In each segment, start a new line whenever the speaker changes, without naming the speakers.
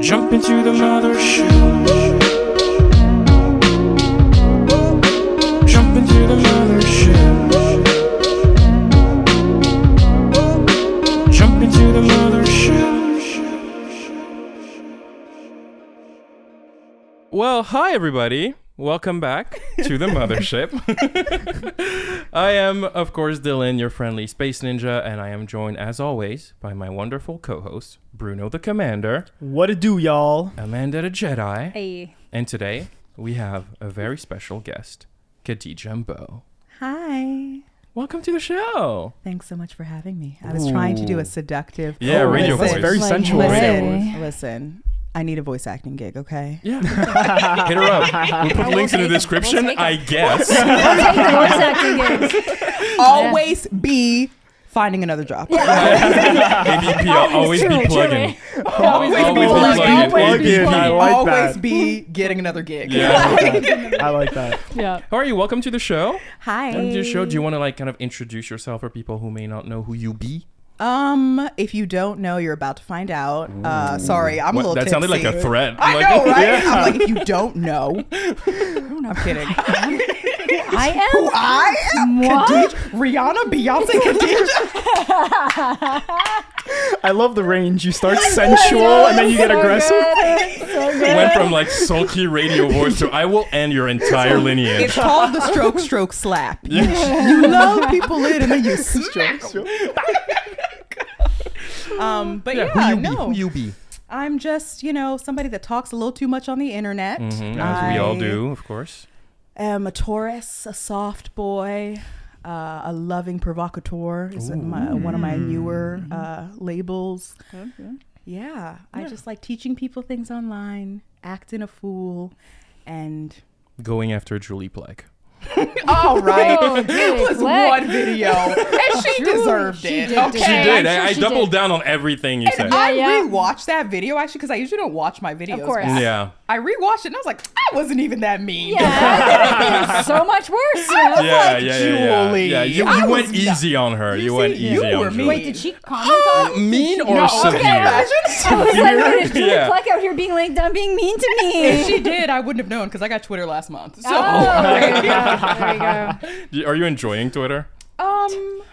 Jump into the mothership. Jump into the mothership. Jump into the mothership. Well, hi everybody. Welcome back to the mothership. I am, of course, Dylan, your friendly space ninja, and I am joined, as always, by my wonderful co-host, Bruno the Commander,
What it do, y'all?
Amanda the Jedi,
Hey.
And today we have a very special guest, Khadija Mbo.
Hi.
Welcome to the show.
Thanks so much for having me. I was trying to do
Ooh.
a seductive.
Yeah,
Oh,
radio
that's
voice.
very
Like,
sensual.
Listen,
Radio
listen, I need a voice acting gig, okay?
Yeah. Hit her up. We'll put
will
links in the
take 'em. I will
description,
take 'em.
I guess.
Always be finding another job.
ABP, I'll always be plugging. Always
Always
be
plugging.
plugging.
Always be
plugging. I like
Always
that.
be getting another gig.
Yeah.
I like that.
Yeah. Um,
How are you? Welcome to the show.
Hi.
Welcome to the show. Do you want to like kind of introduce yourself for people who may not know who you be?
Um, if you don't know, you're about to find out. Uh, sorry, I'm
What-
a little.
that sounded like a
tipsy.
threat.
I
Like-
know, right? I'm like, if you don't know, I'm kidding.
I am.
Who I am?
What?
Khadij- Rihanna, Beyonce, Khadijah.
I love the range. You start sensual and then you get aggressive.
Went from like sulky radio voice to I will end your entire
It's
lineage.
called the stroke, stroke, slap. You, you love people in and then you stroke. Um, but yeah,
who you be?
no,
Who you be?
I'm just you know somebody that talks a little too much on the internet.
Mhm, as we all
I
do, of course.
am a Taurus, a soft boy, uh, a loving provocateur is my, one of my newer
Mm-hmm.
uh, labels. Yeah, I just like teaching people things online, acting a fool, and
Going after Julie Black.
all right.
Oh, Julie
it was
Plec.
one video, and she deserved
she
it.
did
okay?
She
deserve
did.
I'm sure
I, I
she
doubled
did.
down on everything you said.
And I
Yeah, yeah.
rewatched that video actually because I usually don't watch my videos.
course.
back.
Yeah.
I rewatched it and I was like, I wasn't even that mean.
Yeah. it was so much worse.
yeah,
like,
yeah, yeah, yeah,
Julie,
yeah. You,
I
you went
was not-
easy on her. You,
see,
went easy
you
on
were
Julie.
Wait, did she comment on it?
mean or
No,
severe?
okay. I was like, wait, is Julie
Yeah.
Pluck out here being like, done being mean to me?
If she did, I wouldn't have known because I got Twitter last month. So,
Oh, there you go. There you
Y-
go.
Are you enjoying Twitter?
Oh.
um,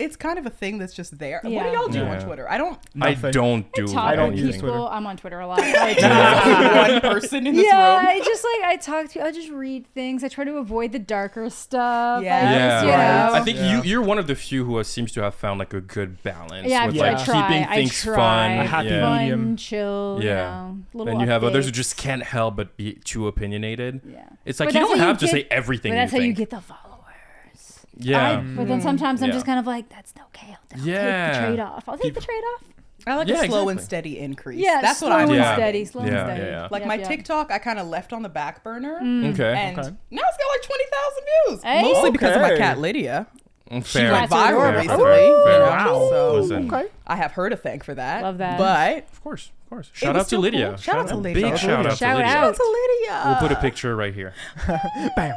it's kind of a thing that's just there. What
Yeah.
do y'all do
Yeah.
on Twitter? I don't.
I
Nothing.
don't do.
Talk
I don't
to
anything.
use
people.
Twitter.
I'm on Twitter a lot.
one person in this
yeah,
room.
I just like I talk to. I just read things. I try to avoid the darker stuff.
Yeah.
I just,
Yeah,
you know.
I think
Yeah.
you you're one of the few who seems to have found like a good balance
yeah,
with
I,
feel
like
I try.
keeping
I
things
try.
fun.
A happy
yeah.
fun,
medium.
chill.
Yeah.
Yeah. You know, little
Then you have others who
updates.
just can't help but be too opinionated.
Yeah.
It's like
But
you
that's
don't
how
have to
get-
say everything.
But that's
you
how you
think.
get the followers.
Yeah. Mm.
I- but then sometimes I'm
Yeah.
just kind of like, that's no okay. I'll, I'll take
Yeah.
the trade off. I'll take the
People-
trade off.
I like
Yeah,
a slow and
exactly.
steady increase.
Yeah,
that's
slow
what I
and
like.
Yeah.
steady, slow
Yeah,
and steady.
yeah, yeah.
Like my TikTok, I kind of left on the back burner,
Mm, okay.
and
Okay.
now it's got like twenty thousand views,
Mm. Hey.
mostly because of my
Okay.
cat Lydia.
Mm, Fair.
went
got to the
viral
world.
Fair,
recently. Oh,
fair,
you
fair.
know,
Wow.
So
Listen.
Okay.
I have her to thank for that.
Love that.
But
Of course, of course.
it
Shout
was
out to
still
Lydia.
cool. Shout, out to Lydia.
Big shout out to
Shout Uh,
Lydia.
Shout out to Lydia.
We'll put a picture right here.
Bam.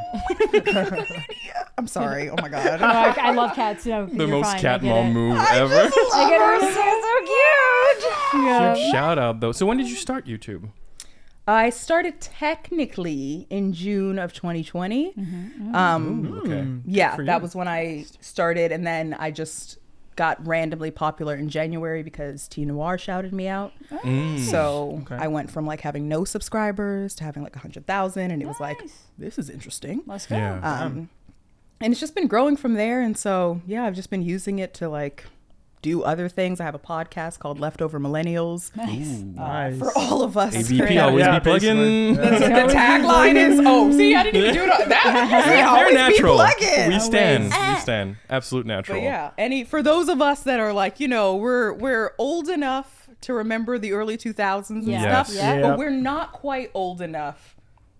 I'm sorry. Oh my god.
Oh, I, I love cats. You know,
The most cat mom
move.
move ever.
I get her so cute. Yeah.
Shout out though. So when did you start YouTube?
I started technically in June of 2020.
Hmm.
Um,
Okay.
yeah, that was when I started, and then I just got randomly popular in January because T Noir shouted me out.
Mm.
So I went from like having no subscribers to having like 100,000, and it was like,
Nice.
this is interesting.
Let's go.
Yeah.
um, and it's just been growing from there and so yeah i've just been using it to like do other things i have a podcast called leftover millennials
Nice.
Nice.
for all of us
ABP
Yeah,
always
yeah,
be plugging.
basically.
the tagline is oh see i didn't even do it on that We
They're
always be
natural.
plugging.
We stand. We
Ah.
stand. Absolute natural.
but yeah any for those of us that are like you know we're we're old enough to remember the early 2000s and
Yeah.
stuff
Yes.
Yeah.
Yeah.
but we're not quite old enough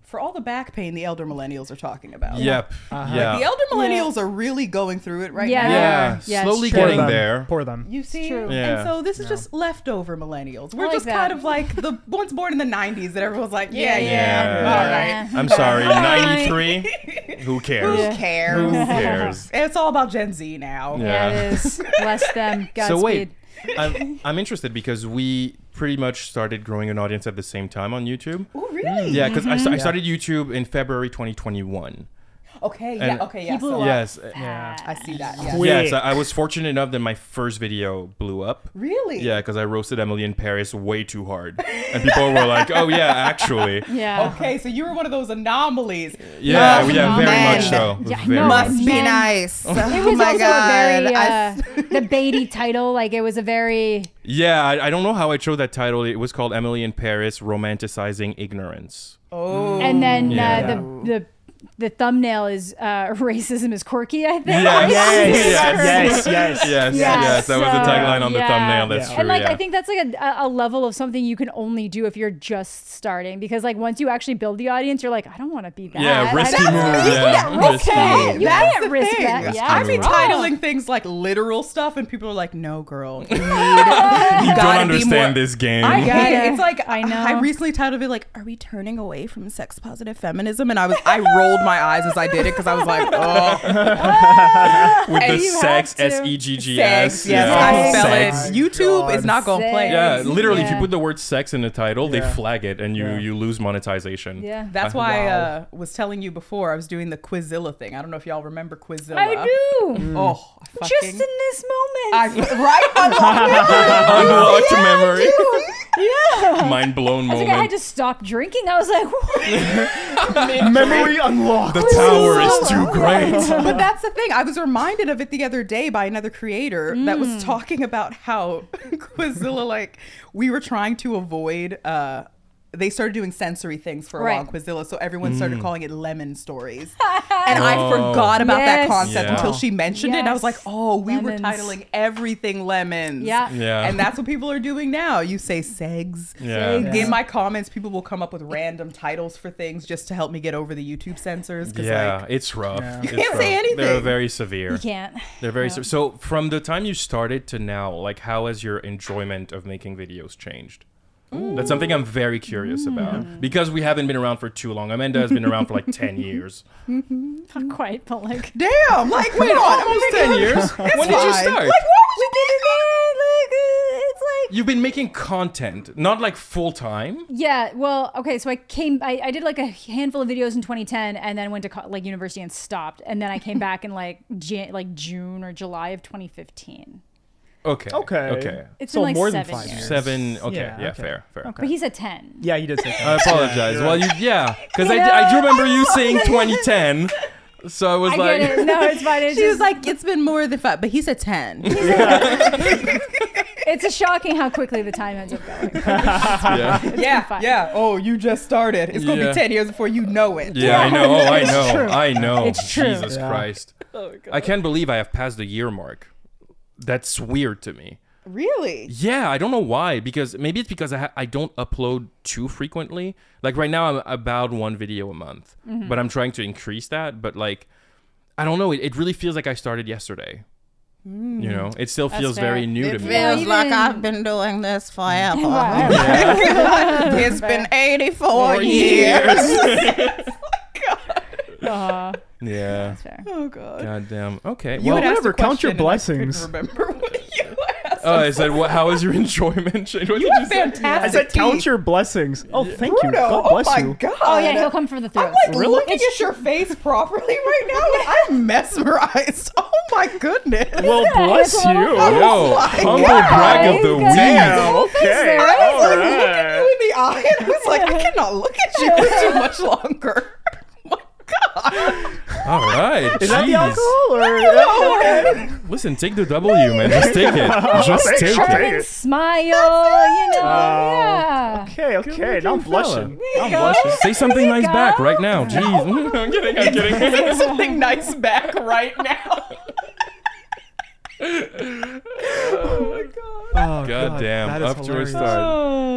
for all the back pain the elder millennials are talking about
Yep. Yeah.
the elder millennials are really going through it right
Yeah.
now
yeah.
Yeah, it's
Slowly
true.
Poor
getting
them.
there.
Poor them.
You see,
true.
Yeah.
and so this is just leftover millennials. We're
like
just
that.
kind of like the ones born in the '90s that everyone's like, yeah, yeah,
Yeah.
All right.
I'm sorry. 93. Who cares?
who cares?
Who cares?
It's all about Gen Z now.
Yeah.
Yeah, it is. Bless them. Godspeed.
So wait, I'm, I'm interested because we pretty much started growing an audience at the same time on YouTube.
Oh, really?
Yeah, because I, sta- I
Yeah.
started YouTube in February 2021.
Okay.
Mm. And-
yeah. Okay. Yeah.
He blew
so
up.
Yes.
Yeah.
I see that. Yeah.
Quick.
Yes, I I was fortunate enough that my first video blew up.
Really?
Yeah, because I roasted Emily in Paris way too hard. And people were like, oh, yeah, actually.
Yeah.
Okay. So you were one of those anomalies.
Yeah,
Oh,
yeah, very much
man.
so.
Yeah, I
Very
know.
much.
Must be
Man.
nice. Oh
It was
my
also
god.
a very
I-
uh, the baity title. Like it was a very
Yeah, I, I don't know how I chose that title. It was called Emily in Paris Romanticizing Ignorance.
Oh.
and then
Yeah.
uh, the the the thumbnail is uh, racism is quirky. I think.
Yes.
Yes, yes, yes.
Yes, yes,
Yeah,
that was
so-
the tagline on the
yeah.
thumbnail. That's
Yeah.
true.
and like
yeah.
I think that's like a, a level of something you can only do if you're just starting because like once you actually build the audience, you're like, I don't want to be that.
yeah,
I
risky
don't-
move.
yeah,
Yeah, risky
okay.
move.
You
That's
can't
the
risk
thing.
that. Yeah,
I've
that's
been
wrong.
titling things like literal stuff, and people are like, "No, girl, you, need, you gotta
Don't
be more."
understand this game.
I get
Yeah.
it. It's like
I
I
know.
know. I recently titled it like, "Are we turning away from sex positive feminism?" And I was, I rolled my eyes as I did it because I was like, "Oh,
With the
And you
sex,
have
S
to-
E G G
sex,
S.
yes,
yeah.
I spell
Sex.
it. YouTube is not gonna play."
Yeah,
Sex.
literally, if you
Yeah.
put the word sex in the title, they
Yeah.
flag it and you,
Yeah.
you lose monetization.
Yeah.
That's
Uh,
why I
wow.
uh, was telling you before I was doing the Quizilla thing. I don't know if y'all remember Quizilla.
I do.
Oh, I fucking.
Just in this
I,
moment.
right?
Unlocked memory. Mind blown
I
moment.
think I had to stop drinking. I was like, what?
Memory unlocked.
the tower is too great.
but that's the thing. I was reminded of it the other day by another creator that
Mm.
was talking about how Quizilla, like, we were trying to avoid. Uh, they started doing sensory things for a while on
Right.
Quizilla, so everyone started calling it lemon stories. and I
Mm. Oh.
forgot about that
Yes.
concept
Yeah.
until she mentioned it. And I was like,
Yes.
oh, we
Lemons.
were titling everything lemons.
Yeah.
Yeah.
And that's what people are doing now. You say segs.
Yeah. Segs.
In my comments, people will come up with random titles for things just to help me get over the YouTube censors. 'cause,
Yeah,
like,
it's rough.
Yeah.
You
can't say anything.
They're very severe.
You can't.
They're very
Yeah.
se- so. From the time you started to now, like, how has your enjoyment of making videos changed? That's something I'm very curious about because we haven't been around for too long. Amanda has been around for like ten years.
Not quite, but like.
Damn! Like, wait, almost
Ten years? when did you
fine.
start?
We did it like, it's like.
You've been making content, not like full time.
Yeah, well, okay, so I came, I, I did like a handful of videos in 2010 and then went to co- like university and stopped. And then I came back in like, Jan- like June or July of 2015.
Okay.
Okay.
Okay.
It's
So
been like
more than
seven
five
years.
years.
Seven. Okay. Yeah.
Yeah, okay.
Fair. Fair.
But he's a 10.
Yeah, you did say
I
that.
apologize.
Yeah,
well, you yeah, because I, I do remember you saying 2010, so I was
I
like,
get it. No, it's fine. It's,
She was
just,
like, it's been more than five, but he's a 10.
it's a shocking how quickly the time ends up going.
yeah,
been
yeah,
five.
yeah. Oh, you just started. It's going to
Yeah.
be 10 years before you know it.
yeah, I know, oh, I
It's
know,
true.
I know.
It's true. Oh,
Jesus
Yeah.
Christ, I can't believe I have passed the year mark. That's weird to me.
Really?
Yeah, I don't know why. Because maybe it's because I ha- I don't upload too frequently. Like right now, I'm about one video a month,
Mm-hmm.
but I'm trying to increase that. But like, I don't know. It, it really feels like I started yesterday. You know, it still feels
Mm. fair.
very new to me.
feels like I've
been doing this forever.
Wow.
It's been 84
Uh,
yeah.
that's fair.
Oh, God.
God damn. Okay.
You
Well,
had asked
whatever,
a
count your
question and I couldn't
blessings.
remember what you asked.
oh, I said, what, how is your enjoyment? Shane? What did
You
you
have
say?
I
fantastic
said count
teeth.
your blessings. Oh, thank you.
Bruno,
God
oh
bless
my
you.
God.
Oh, yeah, he'll come for the
I'm
throat.
like
Really?
looking at your face properly right now, and I'm mesmerized. Oh my goodness!
Well, bless
it's a little
you.
fun.
Yo,
my
humble
God.
brag of the
Guys.
week.
Oh Damn. Okay.
there, right?
All
Look you
right.
in the eye, and I was like, I cannot look at you for too much longer. my God!
All right.
Is that the
jeez.
alcohol or?
Listen, take the W, man. Just take it. Just
I'll
take
take
it.
it.
And smile, you know.
Oh.
yeah.
Okay, okay. Now I'm
fella.
blushing.
There
Now I'm
you go.
blushing.
Say something nice
go.
back right now. Jeez. I'm kidding. I'm kidding.
Say something nice back right now.
Oh,
God damn,
that is
up to a
hilarious. Oh.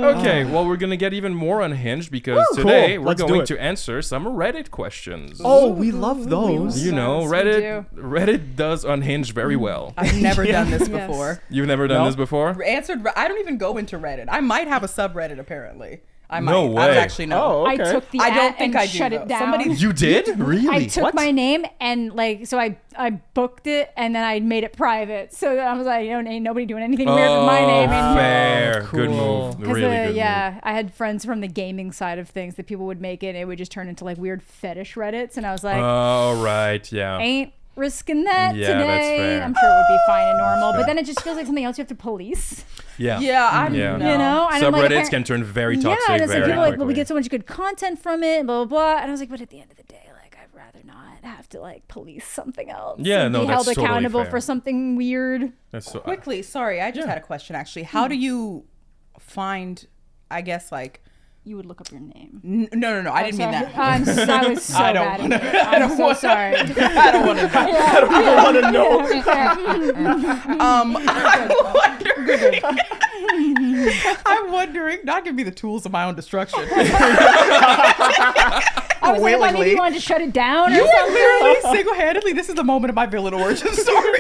start. Okay, well, we're going to get even more unhinged because today
cool.
we're
Let's do
going
it.
to answer some Reddit questions.
Oh, we love those.
You know,
Yes, we
Reddit Reddit does unhinge very well.
I've never done this
Yes.
before.
You've never done
Mm. No.
this before?
Answered. I don't even go into Reddit. I might have a subreddit apparently. I might.
No
I
way.
was actually no.
Oh,
I
okay.
took the
I don't
ad
think
and
I do,
shut
though.
it down.
Somebody
You did? Really?
I took
What?
my name and like so I I booked it and then I made it private so that I was like you know ain't nobody doing anything weird with my name and
fair.
Oh,
Good
cool.
move.
'Cause,
Oh, Really
uh,
good move.
yeah, I had friends from the gaming side of things that people would make it. And it would just turn into like weird fetish reddits, and I was like,
All right. Yeah.
ain't risking that
Uh, Yeah,
today.
that's fair.
I'm sure it would be fine and normal,
fair.
but then it just feels like something else you have to police.
yeah.
Yeah, I'm.
Mm. Yeah.
No.
You know, And I'm like,
Subreddits
appar-
can turn very
yeah,
toxic
and it's like
very
people are like, well, we
quickly.
get so much good content from it, blah blah blah. And I was like, but at the end of the day, like I'd rather not have to like police something else.
Yeah,
and
no,
be
that's
held
totally
accountable
fair.
for something weird.
That's so-
Quickly, sorry, I just had a question actually. How do you find? I guess like
You would look up your name.
n- no, no, no. I didn't mean
Sorry.
that.
I'm, s- I was so
I don't
bad
wanna-
at it. I'm so sorry.
I don't want to know.
I don't even
wanna know.
Um, I'm wondering. I'm wondering. Not give me the tools of my own destruction.
I was like, why maybe
Willingly.
you wanted to shut it down or
You are
something.
literally single-handedly. This is the moment of my villain origin story.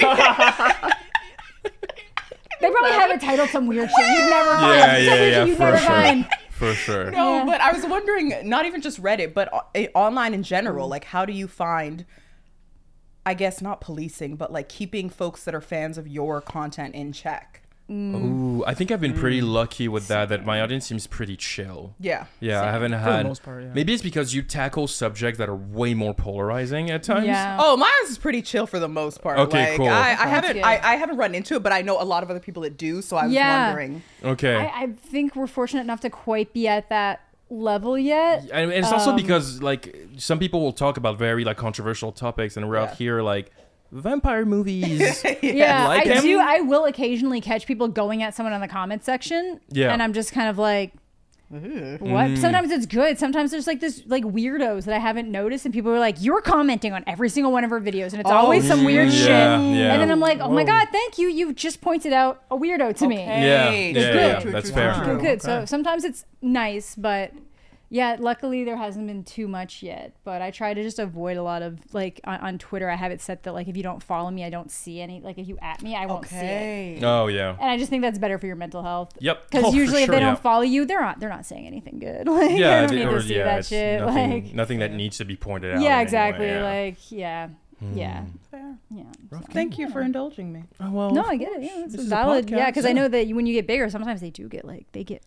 They probably have it titled some weird shit you'd never find.
yeah, yeah,
Something
yeah,
you'd
for
never
sure.
find.
For sure.
no,
Yeah.
but I was wondering. Not even just Reddit, but o- eh, online in
Mm.
general. Like, how do you find? I guess not policing, but like keeping folks that are fans of your content in check.
Mm.
Ooh, I think I've been pretty lucky with that. That my audience seems pretty chill.
Yeah.
Yeah, I haven't
the
had.
most part, yeah.
Maybe it's because you tackle subjects that are way more polarizing at times.
Yeah.
Oh, mine is pretty chill for the most part.
Okay,
like,
cool.
I, I haven't,
good.
I, I haven't run into it, but I know a lot of other people that do. So I was
Yeah.
wondering.
Okay.
I, I think we're fortunate enough to quite be at that level yet.
and and it's
um,
also because like some people will talk about very like controversial topics, and we're out
Yeah.
here like vampire movies.
Yeah,
Like
I
him?
do. I will occasionally catch people going at someone in the comment section.
Yeah. Mm.
and I'm just kind of like, what? Sometimes it's good. Sometimes there's like this like weirdos that I haven't noticed, and people are like, "You're commenting on every single one of her videos," and it's always some weird
yeah,
shit.
yeah.
And then I'm like, "Oh my
Whoa.
god, thank you! You've just pointed out a weirdo to me."
yeah,
Hey,
yeah,
true,
yeah,
true,
that's
true,
fair.
true,
good,
true.
Wow.
good.
okay.
So sometimes it's nice, but yeah, luckily there hasn't been too much yet. But I try to just avoid a lot of like on, on Twitter. I have it set that like if you don't follow me, I don't see any. Like if you at me, I won't see it.
Okay.
Oh yeah.
And I just think that's better for your mental health.
Yep.
Because
Oh, for
usually if they
sure.
don't
Yeah.
follow you, they're not they're not saying anything good. Like they
Yeah,
don't
it-
need
or-
to see
yeah,
that
it's
shit.
Nothing,
like
nothing that needs to be pointed out. in
yeah,
any way,
exactly.
yeah. Hmm.
Like yeah, yeah,
Fair.
yeah. So-
Thank you for indulging me.
Oh, well,
No, I get it. Yeah,
This
that's
is a
valid. yeah,
podcast,
because I know that you, when you get bigger, sometimes they do get like they get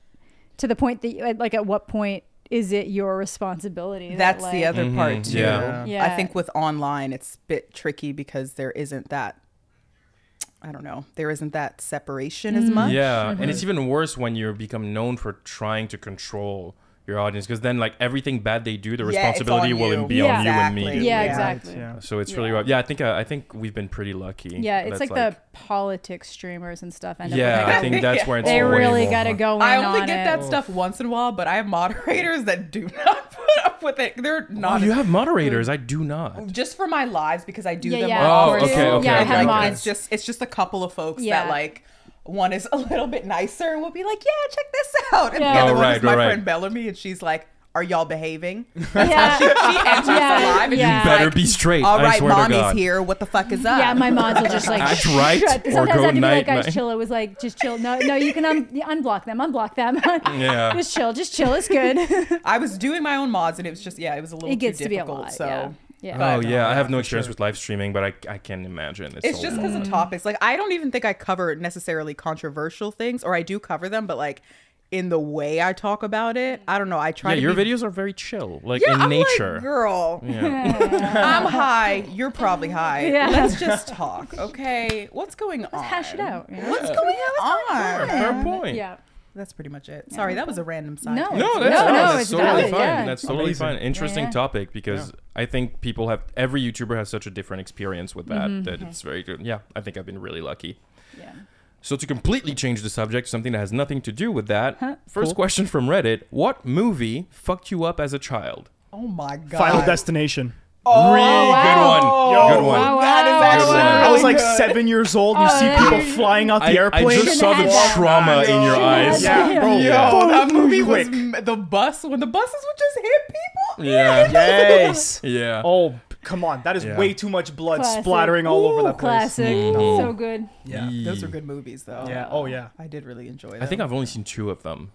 to the point that you, like at what point is it your responsibility? that,
That's
like-
the other part
Mhm,
too.
yeah.
Yeah.
I think with online, it's a bit tricky because there isn't that. I don't know. There isn't that separation as much.
Yeah,
Mm-hmm.
and it's even worse when you become known for trying to control your audience because then like everything bad they do, the
Yeah, it's
responsibility
on
will
you.
be on you and
Exactly.
me.
Yeah, Yeah.
Yeah, exactly.
Right,
Yeah,
yeah.
So it's really rough. Yeah, I think uh, I think we've been pretty lucky.
it's
That's,
like, the politics streamers and stuff. End
yeah.
up like,
I think that's where it's
they
way
really
more
got to
hard.
go in
I only
on
get
it.
that stuff once in a while, but I have moderators that do not put up with it. They're
Oh,
not
you have
Mm.
moderators. I do not.
just for my lives because I do
Yeah,
them.
yeah,
all
Oh,
for
okay,
you.
okay, Yeah, I okay, have
like,
okay.
It's just it's just a couple of folks
Yeah.
that like one is a little bit nicer and will be like, yeah, check this out, and
Yeah.
the other
Oh,
one
right,
is my
right,
friend
right.
Bellamy, and she's like, are y'all behaving?
Yeah.
she, she enters
Yeah,
the live, and
yeah.
she's
You
better
like,
be straight,
All
I
right,
swear to
mommy's
God."
here. What the fuck is up?
Yeah, my mods will just like
Act right
shut-
or
Sometimes
go
I have to be
night,
like, guys,
night.
chill. It was like, just chill. No, no, you can un- unblock them, unblock them.
Yeah.
just chill, just chill. It's good.
I was doing my own mods, and it was just yeah, it was a little
it gets
too
to be a
difficult.
lot.
so.
yeah. yeah.
Oh
But, uh,
yeah, I have no
for
experience
sure.
with live streaming, but I I can imagine. It's,
It's
so
just
long.
because
Mm.
of topics. Like I don't even think I cover necessarily controversial things, or I do cover them, but like in the way I talk about it, I don't know. I try.
yeah,
to
your
be-
videos are very chill, like
Yeah,
in
I'm
nature.
Like, Girl, I'm high. You're probably high.
Yeah.
Let's just talk, okay? What's going on?
Hash it out. you know?
What's going
Fair,
on?
fair point.
Yeah.
That's pretty much it. Sorry, that was a random side.
No.
tangent.
No, that's,
No,
no,
no,
that's
it's
totally
valid,
fine.
yeah.
That's totally
Amazing.
fine. Interesting
Yeah.
topic because I think people have every YouTuber has such a different experience with that that it's very good. Yeah, I think I've been really lucky.
Yeah.
So to completely change the subject, something that has nothing to do with that. First question from Reddit: What movie fucked you up as a child?
Oh my god.
Final Destination.
Oh,
Yo.
good one. Good one.
Wow, wow.
That is
Good
actually
one.
I was
really
like
good.
seven years old. You
Oh,
see
yeah.
people flying out the
Oh, I, I
airplane.
just saw the
Shouldn't have
trauma in your eyes.
Yeah.
Yeah, bro.
Yeah.
Yo, that movie was
Quick.
m- the bus when the buses would just hit people.
Yeah.
Yes.
Yeah.
Oh, p- come on. That is
Yeah.
way too much blood
Classic.
splattering all over
Ooh,
that place.
Classic.
Mm-hmm.
So good.
Yeah.
Those are good movies, though.
Yeah. Oh, yeah.
I did really enjoy them.
I think I've only seen two of them.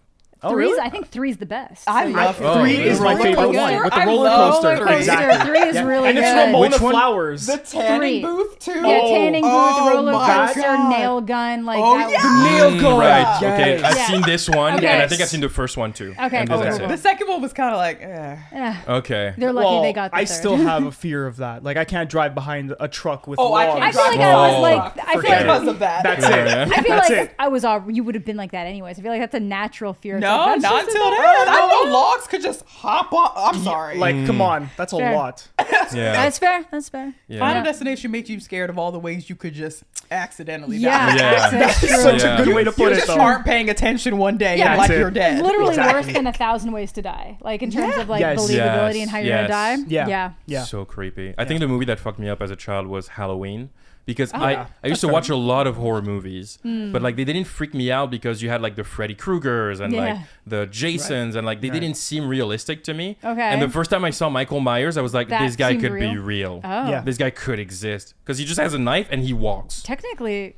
Oh,
Three's,
really?
I think three's the best.
I
Like,
love
Oh,
Three
really?
is my
Roller
favorite
coaster?
one with the
I
roller
love
coaster.
roller coaster.
Exactly.
Three is really
and it's
good.
Ramona
Which one?
Flowers.
The tanning
Three.
booth too.
yeah, tanning booth,
Oh
roller
my
coaster,
God.
nail gun, like
Oh,
that.
Mm,
yeah.
Nail gun.
Right.
Yes.
Okay. I've
Yeah.
seen this one,
Okay.
and I think I've seen the first one too.
Okay,
And
cool,
that's
cool,
The
it.
second one was kind of like, eh.
Yeah.
Okay.
They're lucky
Well,
they got the
I
third.
still have a fear of that. Like I can't drive behind a truck with
Oh, I
logs.
can't
I feel like
drive
I was
Whoa.
like, I feel
Forget
like
it.
because of that.
That's
Yeah,
it.
yeah.
I feel
That's
like
it.
I was all you would have been like that anyways. I feel like that's a natural fear. It's
no,
like, that's
not
just
until
a-
then. I know logs could just hop on. I'm sorry.
Like, come
Mm.
on, that's a
Fair.
lot.
Yeah.
That's fair. That's fair.
Final
Yeah.
Yeah.
Destination made you scared of all the ways you could just accidentally
Yeah,
die.
Yeah.
that's true.
Such
Yeah.
a good way to put
You
it,
just
though.
aren't paying attention one day
Yeah.
and like
That's it.
you're dead.
literally worse
Exactly.
than a thousand ways to die. Like in terms of like
Yes.
believability
Yes,
and how you're
yes.
gonna die.
Yeah.
Yeah.
Yeah.
So creepy. I think the movie that fucked me up as a child was Halloween because
Oh,
yeah.
I, I used to watch a lot of horror movies,
Hmm.
but like they didn't freak me out because you had like the Freddy Kruegers and like
Yeah.
the Jasons and like they didn't seem realistic to me.
Okay.
And the first time I saw Michael Myers, I was like,
That
this guy
seemed
could be
real?
real.
Oh.
Yeah.
This guy could exist because he just has a knife and he walks.
Technically,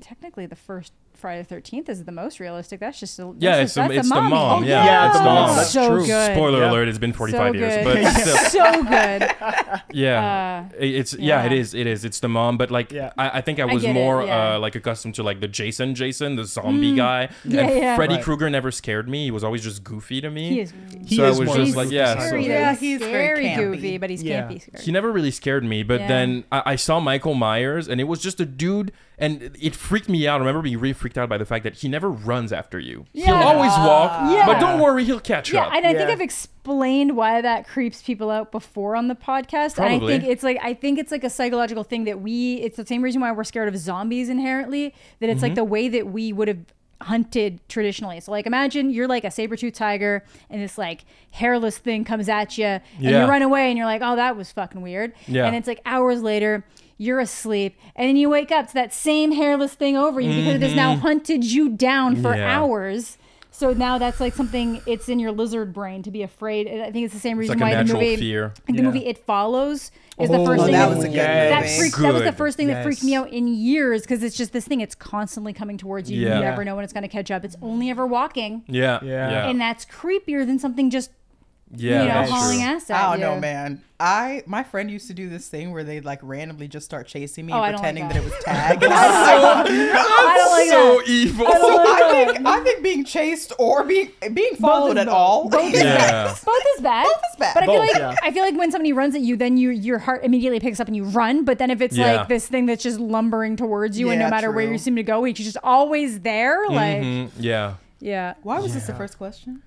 technically, the first Friday the Thirteenth is the most realistic. That's just a,
Yeah,
that's
it's,
just,
the,
that's
it's
a
the
mommy.
mom.
Oh,
yeah,
yeah.
it's the
Oh,
mom.
that's
so
true.
good.
Spoiler
Yeah.
alert! It's been 45
so
years,
good.
but still,
so good.
yeah,
Uh,
It- it's yeah. it
yeah.
is, it is, it's the mom. But like,
Yeah.
I, I think I was
get it,
more
yeah. Mm.
uh, like accustomed to like the Jason, Jason, the zombie guy.
Yeah,
and
yeah.
Freddy
Right.
Krueger never scared me. He was always just goofy to me.
He is.
He
so I
is
was
more
just
of a
like,
goofy
yeah,
side.
so-
Scary,
Yeah,
yeah, he's
he's
very
very campy.
goofy, but he's
Yeah.
campy. Scary.
He never really scared me, but
Yeah.
then I, I saw Michael Myers, and it was just a dude, and it freaked me out. I remember being really freaked out by the fact that he never runs after you. He'll
Yeah.
always walk,
Yeah.
but don't worry, he'll catch
Yeah,
up.
and I think
Yeah.
I've explained why that creeps people out before on the podcast. And I
Probably.
think it's like I think it's like a psychological thing that we it's the same reason why we're scared of zombies inherently, that it's like
Mm-hmm.
the way that we would have hunted traditionally. So like imagine you're like a saber-tooth tiger and this like hairless thing comes at you and
Yeah.
you run away and you're like, "Oh, that was fucking weird."
Yeah.
And it's like hours later you're asleep, and then you wake up to that same hairless thing over you because it has
Mm-hmm.
now hunted you down for
Yeah.
hours hours. So now that's like something it's in your lizard brain to be afraid. And I think it's the same reason
like a
why the
natural
movie
fear.
the
Yeah.
movie It Follows is the first
Oh,
thing
that
that,
was a good
yes.
that
movie.
freaked- that was the
Good.
first thing that freaked me
Yes.
out in years because it's just this thing it's constantly coming towards you.
Yeah.
You never know when it's going to catch up. It's only ever walking.
yeah,
Yeah.
yeah,
And that's creepier than something just
yeah.
you know
that's
hauling
true.
ass at
I don't
you.
know, man. I my friend used to do this thing where they'd like randomly just start chasing me,
Oh, I
and
don't like
pretending
that.
that. it was tag. And I, so,
I don't like
so
that.
evil.
Oh I don't like
I
that.
think I think being chased or being being followed at all.
Yeah.
Both is bad.
Both is bad.
But I feel
Both,
like
yeah.
I feel like when somebody runs at you, then you your heart immediately picks up and you run. But then if it's
Yeah.
like this thing that's just lumbering towards you, and no
Yeah,
matter where
true.
you seem to go, it's just always there. Like
Mm, yeah.
yeah.
Why was this the first question?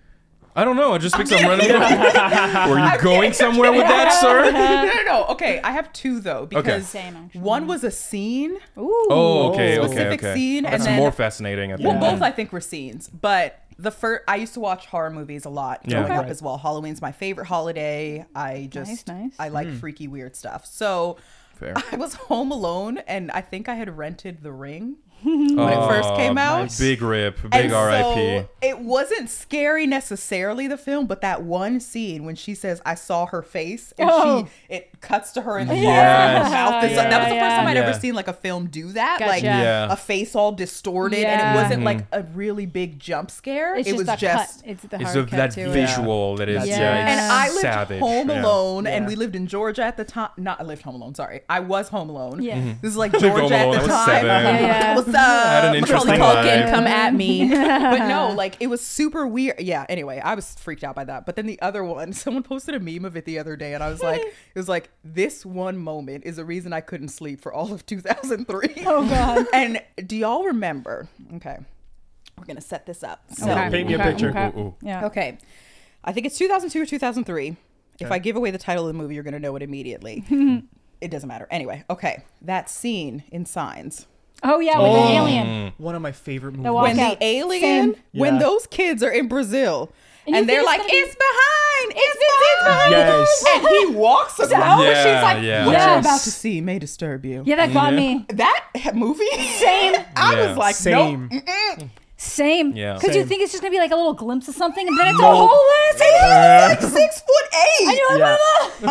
I don't know. I just picked some random. Were you going somewhere with that, sir?
no, no, no. Okay, I have two though because
Same, actually.
one was a scene.
Ooh.
Oh, okay, okay,
Specific
okay.
scene, and
That's
then-
more fascinating. I think.
Well,
Yeah.
both I think were scenes, but the first I used to watch horror movies a lot
Yeah.
growing up
Right.
as well. Halloween's my favorite holiday. I just
Nice, nice.
I like freaky weird stuff. So
Fair.
I was home alone, and I think I had rented The Ring.
when
it first came out.
Oh, Big rip, big
And
R.I.P.
So it wasn't scary necessarily the film, but that one scene when she says, "I saw her face," and
Oh.
she it cuts to her in the
Yes.
her mouth. is-
Yeah,
that was the
yeah.
first time I'd
Yeah.
ever seen like a film do that,
Gotcha.
like
Yeah. Mm-hmm.
a face all distorted,
Yeah.
and it wasn't like a really big jump scare.
It's
it
just
was
that
just.
cut. It's the
It's
hard
the,
cut
that
to it.
visual that is.
That's
Yeah.
it.
it's
And I lived
savage.
home
yeah.
alone, and
Yeah.
we lived in Georgia at the time. Not I lived home alone. Sorry, I was home alone. Mm-hmm.
Yeah. Mhm.
This is like
home
Georgia at
alone,
the
I was
time.
seven.
Yeah, yeah.
What's up?
an interesting
Macaulay Culkin,
life.
come at me. but no, like it was super weird. Yeah. Anyway, I was freaked out by that. But then the other one, someone posted a meme of it the other day, and I was like, it was like this one moment is the reason I couldn't sleep for all of 2003.
Oh, God.
and do y'all remember? Okay, we're gonna set this up. So
Okay.
Paint me a
Okay,
picture.
okay.
Ooh, ooh.
Yeah.
Okay. I think it's 2002 or 2003. If I give away the title of the movie, you're going to know it immediately. it doesn't matter. Anyway, okay. That scene in Signs.
Oh yeah, with the alien.
Mm.
One of my favorite movies.
walk-
When
Walkout.
the alien,
Same.
when
Yeah.
those kids are in Brazil
And
and,
you
they're
think
like,
it's gonna be-
it's behind, it's, it's behind.
Yes.
And he walks us out. and
Yeah,
she's like,
yeah.
what you're
Yes.
about to see may disturb you.
Yeah, that got me.
That movie, same. I
Yeah.
was like,
Same.
nope. mm-mm.
Same.
Yeah.
Because you
Same.
think it's just gonna be like a little glimpse of something, and then it's a whole ass.
And he was like six foot eight.
I know, I
Yeah.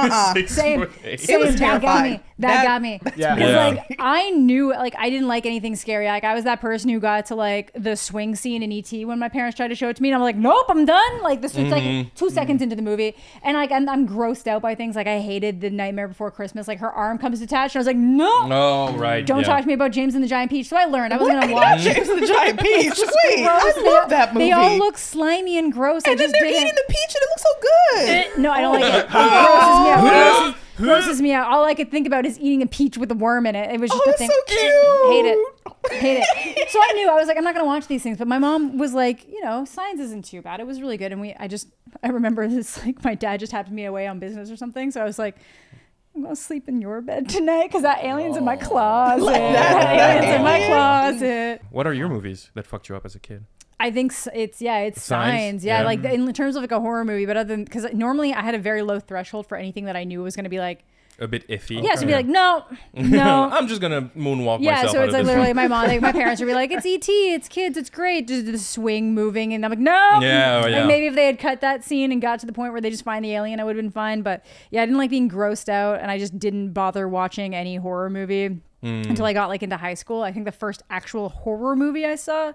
love that.
Six
Same.
foot eight.
Same.
was
that got
terrifying.
me. That,
That-
got me.
Yeah.
Because
Yeah.
like I knew like I didn't like anything scary. Like I was that person who got to like the swing scene in ET when my parents tried to show it to me, and I'm like, nope, I'm done. Like this was
Mm-hmm.
like two seconds into the movie, and like I'm, I'm grossed out by things. Like I hated the Nightmare Before Christmas. Like her arm comes detached, and I was like, no,
Oh, right.
don't
yeah.
talk to me about James and the Giant Peach. So I learned I was gonna watch.
James and the Giant Peach. Wait, I
Gross.
love that movie.
They all look slimy and gross. I
and then
just
they're
didn't.
eating the peach, and it looks so good.
Eh, No, I don't like it. It grosses me out. Grosses- grosses me out. All I could think about is eating a peach with a worm in it. It was just
Oh,
a
that's
thing.
so
Hate it.
cute.
Hate it. So I knew I was like, I'm not gonna watch these things. But my mom was like, you know, science isn't too bad. It was really good. And we, I just, I remember this like my dad just happened to be away on business or something. So I was like. I'm gonna sleep in your bed tonight because that alien's in my closet. that alien's in my closet.
What are your movies that fucked you up as a kid?
I think s- it's yeah, it's
Signs,
signs. Yeah,
yeah.
like in terms of like a horror movie, but other than because normally I had a very low threshold for anything that I knew was going to be like
A bit iffy.
yeah, so be like no, no.
I'm just gonna moonwalk
Yeah,
myself
so
out
it's
of
like
this
literally
one.
my mom, like my parents would be like, "It's ET, it's kids, it's great." Just the swing moving, and I'm like, "No."
Yeah, oh, yeah.
Like maybe if they had cut that scene and got to the point where they just find the alien, I would have been fine. But yeah, I didn't like being grossed out, and I just didn't bother watching any horror movie
Hmm.
until I got like into high school. I think the first actual horror movie I saw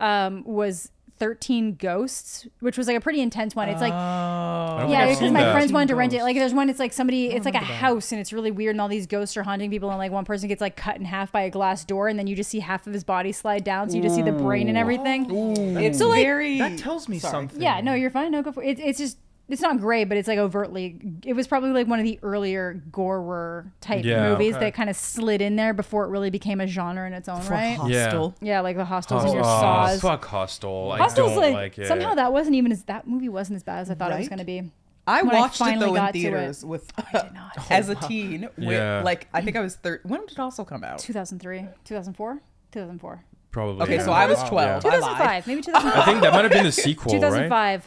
um, was. 13 Ghosts, which was like a pretty intense one. It's like
I don't think
yeah,
I've
because
seen
my
that. Oh,
friends wanted to rent it. Like, there's one. It's like somebody. It's like a house, and it's really weird, and all these ghosts are haunting people. And like one person gets like cut in half by a glass door, and then you just see half of his body slide down, so you just see the brain and everything.
Mm.
It's
like-
very.
That tells me something.
Yeah, no, you're fine. No, go for it. It's just it's not great, but it's like overtly. It was probably like one of the earlier gorer type
Yeah.
movies
Okay.
that kind of slid in there before it really became a genre in its own right.
Hostel.
Yeah, like the hostels and
Hostel.
your saws.
oh, Fuck Hostel. I
Hostels,
don't
like,
like, it.
somehow that wasn't even as that movie wasn't as bad as I thought it was
Right?
going to be.
I
when I
watched it
finally
though in
got to it.
theaters with
not.
as a teen. With,
Oh, Yeah.
Like I think I was thir- when did it also come out?
2003, 2004, 2004.
probably.
Okay,
yeah.
so I was
Wow,
12. I lied.
2005, maybe 2005.
I think that might have been a sequel, Ah, right?
2005,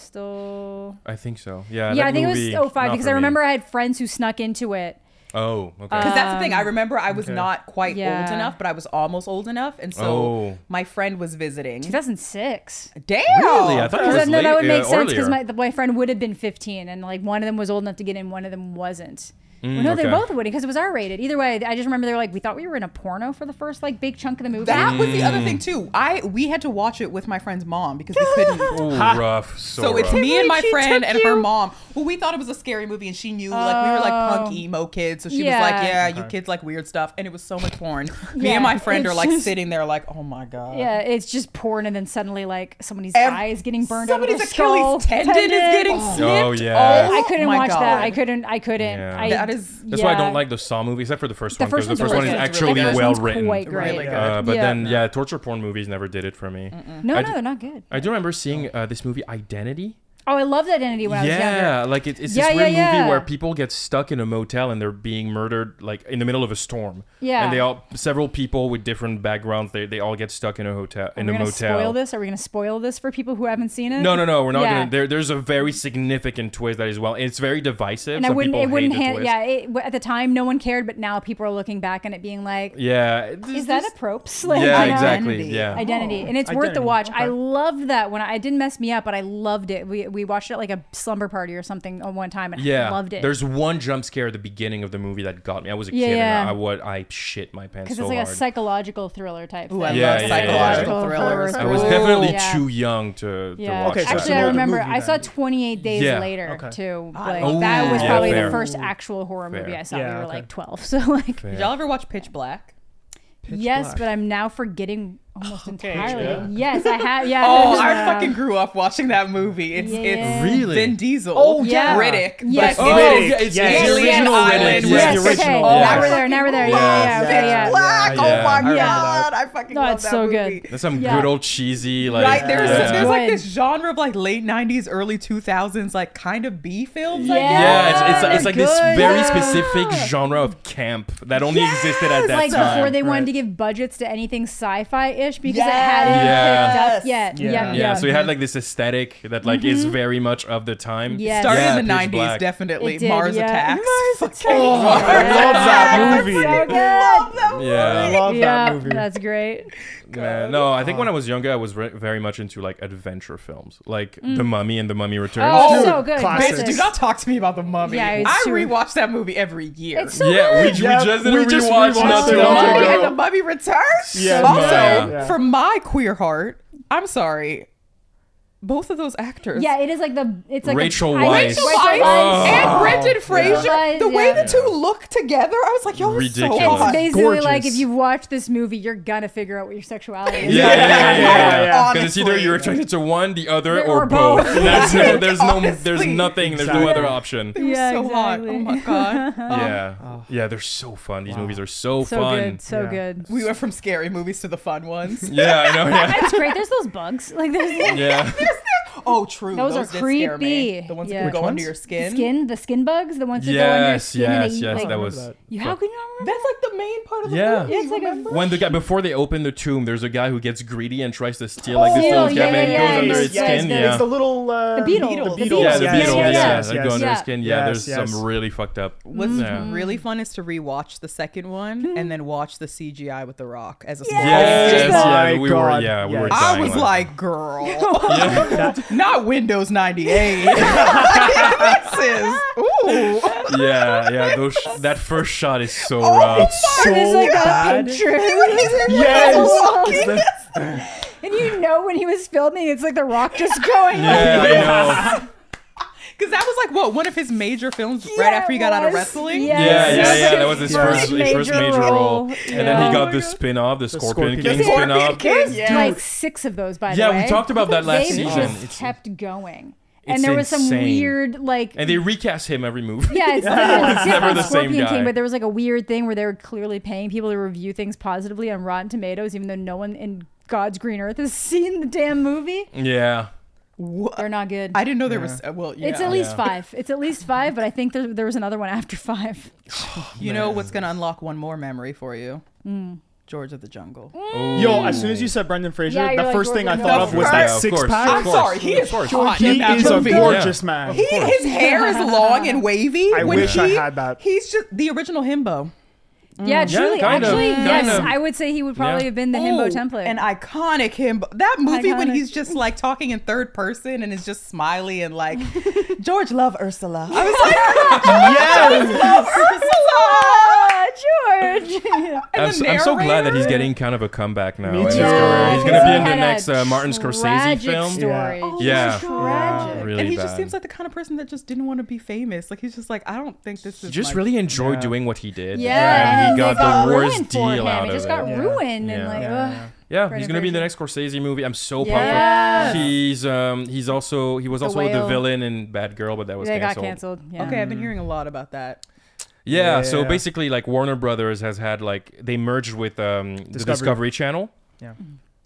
Hostel.
I think so. Yeah.
yeah,
that
I think
movie,
it was 05
not
because
for
I
me.
remember Uh, I had friends who snuck into it.
Oh, okay.
Because that's the thing. I remember I was not quite old
Um, yeah.
enough, but I was almost old enough, and so
Oh.
my friend was visiting.
2006.
Damn.
really, I thought it
Because
was
then- no,
late-
that would make
uh,
sense because
earlier.
my, the- my friend would have been 15, and like one of them was old enough to get in, one of them wasn't. well, no,
Mm,
they
okay.
both would because it was R rated. Either way, I just remember they were like, we thought we were in a porno for the first like big chunk of the movie.
That was the
Mm.
other thing too. I we had to watch it with my friend's mom because we couldn't.
Ooh, rough. So,
So it's
rough.
me and my
She
friend
took
and her
you-
mom. Well, we thought it was a scary movie, and she knew like we were like punk
Oh.
emo kids. So she
Yeah.
was like, "Yeah, you kids like weird stuff," and it was so much porn. Me
Yeah,
and my friend
it's
are like
just-
sitting there, like, "Oh my god."
Mm. Yeah, it's just porn, and then suddenly like somebody's
Ev-
eyes getting burned.
Somebody's
out of their skull,
Achilles tendon, is getting
tendon.
snipped.
Oh, yeah.
Oh,
I couldn't
my
watch that.
God.
I couldn't. I couldn't.
Yeah.
I,
That is-
That's why I don't
yeah.
like the Saw movie, except for the first
The
one, because
first
the first
one's really
one is
good. It's
actually
really good. The first
well
one's
written.
quite great.
Really good.
Uh, but
Yeah.
then, yeah, torture porn movies never did it for me.
No,
I
no,
d-
they're not good.
I do remember seeing uh, this movie Identity.
Oh, I loved Identity when I was
yeah,
younger.
like it, it's
Yeah,
this
yeah,
weird movie
yeah.
where people get stuck in a motel and they're being murdered, like in the middle of a storm.
Yeah.
and they all several people with different backgrounds. They, they all get stuck in a hotel in
Are we
a
gonna
motel.
spoil this? Are we gonna spoil this for people who haven't seen it?
No, no, no. We're not
Yeah.
gonna. There, there's a very significant twist that is well. It's very divisive.
And I
Some
wouldn't.
people
It wouldn't.
hate the
Hand,
twist.
yeah. It, at the time, no one cared, but now people are looking back on it, being like,
yeah.
"Is that a props?" Like,
yeah,
you know?
exactly.
Identity.
Yeah.
Identity,
Oh,
and it's worth the
Identity.
watch. I
Okay.
loved that when I, it didn't mess me up, but I loved it. We, we watched it at, like a slumber party or something on one time, and
Yeah,
I loved it.
There's one jump scare at the beginning of the movie that got me. I was a
Yeah,
kid and
yeah.
I would I shit my pants
because
so
it's like
hard.
a psychological thriller type.
Ooh, I
thing.
Yeah,
love
yeah,
psychological
yeah.
thrillers.
I was
Ooh.
definitely
Yeah.
too young to, to
Yeah.
watch.
Okay, so it's
that.
Actually, I
an older
remember
movie
I
then.
saw 28 Days
Yeah.
Later
Okay.
too.
I
Like
love
that was
that.
probably
Yeah, fair.
the first actual horror movie
Fair.
I saw.
Yeah,
we were
okay.
like 12, so like
Did y'all ever watch Pitch Black?
yes,
Black.
but I'm now forgetting almost entirely.
yeah.
Yes, I have. Yeah.
Oh,
yeah.
I fucking grew up watching that movie. It's
Yeah.
it's
Really?
Vin Diesel.
Oh,
yeah.
Riddick. but
Yes.
it
Oh,
is
yeah, it's
Yes.
the
Alien
original
Island.
Riddick.
Yes.
Yes, the
okay.
original.
Yeah.
Now we're there. Now we're there. Yeah, yeah, yeah.
Pitch
Okay, yeah.
Black.
Yeah.
Oh
I
my
remember
god, I fucking
No,
love
it's
that
so
movie.
good.
That's some
Yeah.
good old cheesy like.
Right there's
yeah.
there's like
Good.
this genre of like late '90s, early 2000s, like kind of B films. I
Yeah.
guess.
yeah, it's, it's, it's like this
Good.
very
Yeah.
specific genre of camp that only existed at that
Like
time.
before they wanted
Right.
to give budgets to anything sci-fi-ish because it
Yes.
hadn't picked up yet.
Yeah.
Yep,
yeah,
yep.
so you had like this aesthetic that like is very much of the time.
Mm-hmm. Yes.
Started
Yeah,
in
Pitch
the '90s,
Black.
definitely.
It did,
Mars
yeah.
Attacks.
Mars
Fucking
Attacks.
I love that
That's
movie.
so good.
love that movie.
Yeah.
I love that
Yeah,
movie.
that's great.
Man, no, I think when I was younger, I was re- very much into like adventure films, like The Mummy and The Mummy Returns.
Mm. Oh,
dude,
so good.
classic.
classic.
Bitch, do not talk to me about the mummy.
Yeah, it's
I
true.
rewatch that movie every year.
It's so
yeah, we,
good.
we
Yeah,
just did
we
a
just
rewatch
rewatched
not
it.
too
the
long
Yeah.
mummy
ago.
and the mummy returns.
Yeah,
also,
Oh yeah.
from my queer heart, I'm sorry. Both of those actors.
Yeah, it is like the it's like a-
Rachel
I-
Weisz.
Rachel
Rachel
Weisz
Weisz.
and
Oh.
Brendan Fraser.
Yeah.
The way
Yeah.
the two look together, I was like, yo, it's so
Ridiculous.
hot.
It's basically like
Gorgeous.
if you watch this movie, you're gonna figure out what your sexuality is.
Yeah, yeah, yeah,
Yeah,
yeah.
yeah.
Because it's either you're
Honestly.
attracted to one, the other,
There
or
are
both.
both.
That's no, there's no, there's
Honestly.
nothing. There's no
Exactly.
other option.
It was
Yeah,
so hot. Oh my god.
Yeah,
Oh.
yeah. They're so fun. These movies are so,
So
fun.
good, so
Yeah.
good.
We went from scary movies to the fun ones.
Yeah, I know. Yeah,
It's great. There's those bugs. Like there's
yeah.
Oh, true.
Those are
did scare me.
creepy.
The ones
Yeah.
that
Which
can go under
ones?
your skin.
skin, the skin bugs, the ones that go on your
yes,
skin and
yes,
they eat,
yes.
like,
that was
that.
You, how can you not remember?
That's like the main part of the
Yeah.
movie.
Yeah,
it's like a-
remember?
when the guy before they open the tomb. There's a guy who gets greedy and tries to steal like this
Oh,
little
yeah,
cabinet
yeah,
goes
yeah,
under
yeah,
its
yeah,
skin.
yeah.
Yeah.
It's the little uh,
The beetle.
The
The
beetle.
beetle.
yeah, the
Yes,
beetle.
yes,
yeah,
yes,
that go under
yes.
his skin. Yeah,
Yes,
there's
yes.
some really fucked up.
What's
Yeah.
really fun is to rewatch the second one and then watch the CGI with The Rock as a small
Yes,
Yes.
yeah,
Oh
we
my
were,
God.
yeah, we
Yes.
were.
I
dying
was
laughing.
like, girl, not Windows 98. this is, ooh.
yeah, yeah. Those sh- that first shot is so rough.
It's so
There's like
bad.
a picture.
Yes.
It's the- and you know when he was filming, it's like the rock just going.
yeah, I know.
Because that was like, what, one of his major films
like,
right
yeah,
after he
it
got out of
was.
wrestling?
Yes.
Yeah, yeah,
Yes.
yeah. That was his
Yeah.
first, his first major role, and then
Yeah.
he
Oh my
got the
God.
spin-off, the Scorpion,
Scorpion
King
King.
spin-off.
There's
Yeah.
like six of those, by the
Yeah,
way.
we talked about that last
they
season.
Just
It's-
kept going,
it's
and there was some
insane.
weird like.
And they recast him every movie.
yeah, it's,
never
it's different.
the same
Scorpion
guy.
King, but there was like a weird thing where they were clearly paying people to review things positively on Rotten Tomatoes, even though no one in God's green earth has seen the damn movie.
yeah.
They're not good.
I didn't know there was, uh, well, yeah.
It's at least
Yeah.
five. It's at least five, but I think there, there was another one after five.
you know what's going to unlock one more memory for you? George of the Jungle.
Yo, as soon as you said Brendan Fraser,
Yeah,
the
you're like,
first thing I
Jordan,
thought
no.
of was
Of
that
course.
six
Of
pack.
I'm
course,
sorry, he
of
is
course.
hot. in
He
that
is a
movie.
gorgeous man.
He, his hair is long and wavy.
I
when
wish
he,
I had that.
He's just the original himbo.
Yeah, truly.
Mm. kind of,
actually,
kind
yes,
of.
I would say he would
Yeah.
probably
Oh,
have been the himbo
Ooh,
template.
Oh, An iconic himbo. That movie when
Iconic.
he's just like talking in third person and is just smiley and like George love Ursula. I was like,
uh,
Ah, George.
I'm,
the
so, I'm so glad that he's
narrator?
getting kind of a comeback now in his
too.
career. He's gonna be in
He
the
had a
next uh, Martin Scorsese
tragic
film.
Story.
Yeah.
Yeah.
Oh, Tragic.
Really
and he just
bad.
seems like the kind of person that just didn't want to be famous. Like he's just like, I don't think this is
He just
my-
really enjoyed
Yeah.
doing what he did.
Yeah,
and he
and
got,
they got
the worst
ruined for
deal
him.
out
it
of
just
it.
got
Yeah.
ruined
Yeah.
and like,
Yeah,
ugh.
yeah.
Yeah,
Brendan
he's gonna be in the
Fraser.
next Scorsese movie. I'm so pumped
Yes.
for him. He's um he's also he was
The
also the
Whale.
villain in Bad Girl, but that was
they
canceled.
got canceled. Yeah.
Okay, I've been hearing a lot about that.
Yeah,
Yeah.
so basically like Warner Brothers has had like they merged with um the
Discovery.
Discovery Channel.
Yeah.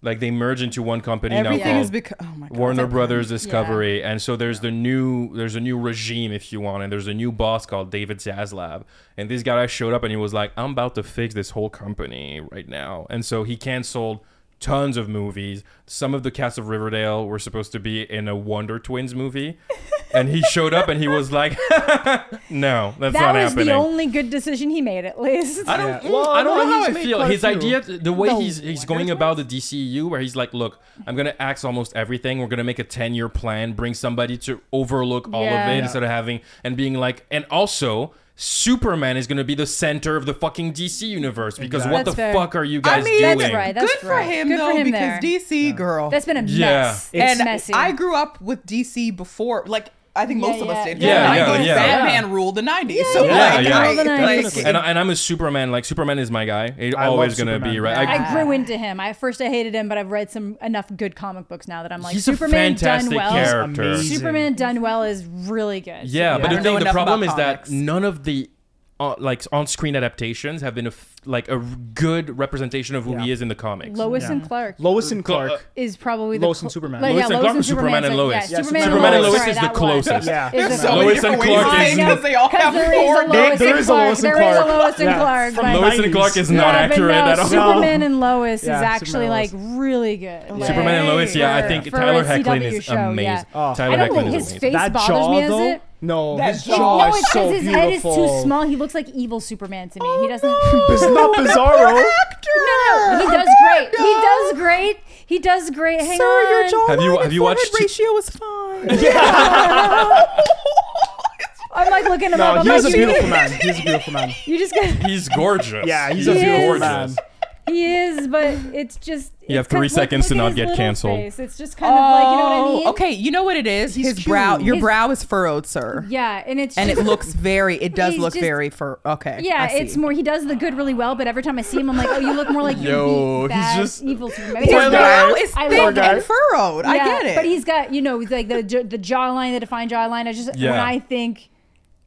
Like they merge into one company now
Everything
called
is because oh my god.
um, Warner
It's like-
Brothers Discovery, and so there's the new there's a new regime if you want, and there's a new boss called David Zaslav, and this guy showed up and he was like, "I'm about to fix this whole company right now," and so he canceled tons of movies. Some of the cast of Riverdale were supposed to be in a Wonder Twins movie, and he showed up and he was like, "No, that's
That
not
was
happening."
the only good decision he made, at least.
I don't,
Yeah.
mm,
Well,
I don't
no,
know how
he's
I
made
feel.
quite a
His
few.
idea, the way
No,
he's he's going about the DCU, where he's like, look, I'm gonna axe almost everything. We're gonna make a ten year plan, bring somebody to overlook all
Yeah.
of it
Yeah.
instead of having and being like, and also. Superman is going to be the center of the fucking DC universe because what the
Exactly. That's fair.
fuck are you guys
mean-
doing?
That's right. That's
Good for
right.
him
Good
though,
for him
because
there.
DC girl.
That's been a
Yeah.
mess.
It's
It's
and
messy.
I grew up with DC before, like I think most
Yeah,
of us
yeah.
did.
Yeah,
The
yeah,
90s,
yeah.
Batman ruled the nineties, so
yeah,
like,
yeah.
I,
Ruled the 90s.
like,
And, I, and I'm a Superman. Like Superman is my guy. He's
I love
always going to be
Superman.
right. I-
I grew into him. I first I hated him, but I've read some enough good comic books now that I'm like
he's a
Superman
fantastic
done well.
character.
Amazing.
Superman done well is really good.
Yeah, but
I
the
don't know
thing, the
enough
problem
about
is that
comics.
none of the uh, like on-screen adaptations have been a f- like a r- good representation of who he
Yeah.
is in the comics.
Lois and Clark
Lois and
Cl- uh,
Clark.
is probably
Lois
the
and Superman.
Like,
Lois
yeah,
and Clark
Lois
and
and
Superman
Superman's
and
like-
Lois.
Yeah,
Yeah,
Superman,
Superman
and
and
Lois,
Lois
sorry,
is the
that one.
closest.
Yeah.
Is
there's
the-
so
Lois
many
and
different
Clark
ways
I
is-
to say it
know,
because they all have
there is a
four
There-
Lois
there
and
is a
Clark.
Lois and
There is a
Clark.
Lois and
Yeah.
Clark.
From
but-
the
Lois and Clark is not
Yeah, but
accurate
no,
at all.
Super-
Superman and Lois
Yeah,
is
Superman
actually
and
like
Lois.
really good. Like,
Superman and Lois, yeah, I
for-
think
for
Tyler
a
Hecklin
CW
is
show, yeah.
amazing. Tyler
Oh.
I don't
Hecklin
think
is
his
amazing.
face
That
bothers
jaw
me as
though.
it.
No,
That
his
jaw.
jaw
No,
is
it's
so
because his head is
beautiful.
too small.
Oh,
He looks like evil Superman to me. He doesn't.
It's not Bizarro.
No, no, he does great. great. He does great. He does great. Hang on.
Sir, your
Have you-
jawline
have
and
you
forehead
watched t-
ratio is fine.
I'm like looking him
No,
up. I'm
he's a
like,
beautiful man. He's a beautiful man.
You, you just got.
He's gorgeous.
Yeah, he's
a beautiful
gorgeous.
man.
He is, but it's just.
You have
it's kind-
three
look-
seconds to
look at
not
his
get
little
canceled.
face. It's just kind of like you know what I
Oh,
mean.
Okay, you know what it is.
He's
His brow,
cute.
your
His-
brow is furrowed, sir,
Yeah, and it's
and
just,
it looks very. It does
He's
look
just-
very fur. Okay,
Yeah,
I see.
it's more. He does the good really well, but every time I see him, I'm like, oh, you look more like
Yo,
you
he's
bad,
just-
evil Superman.
His
Poor
brow
guy.
is
I
thick
love
and
that.
furrowed. I
Yeah,
get it.
But he's got you know like the jo- the jawline, the defined jawline. I just when
Yeah.
I think.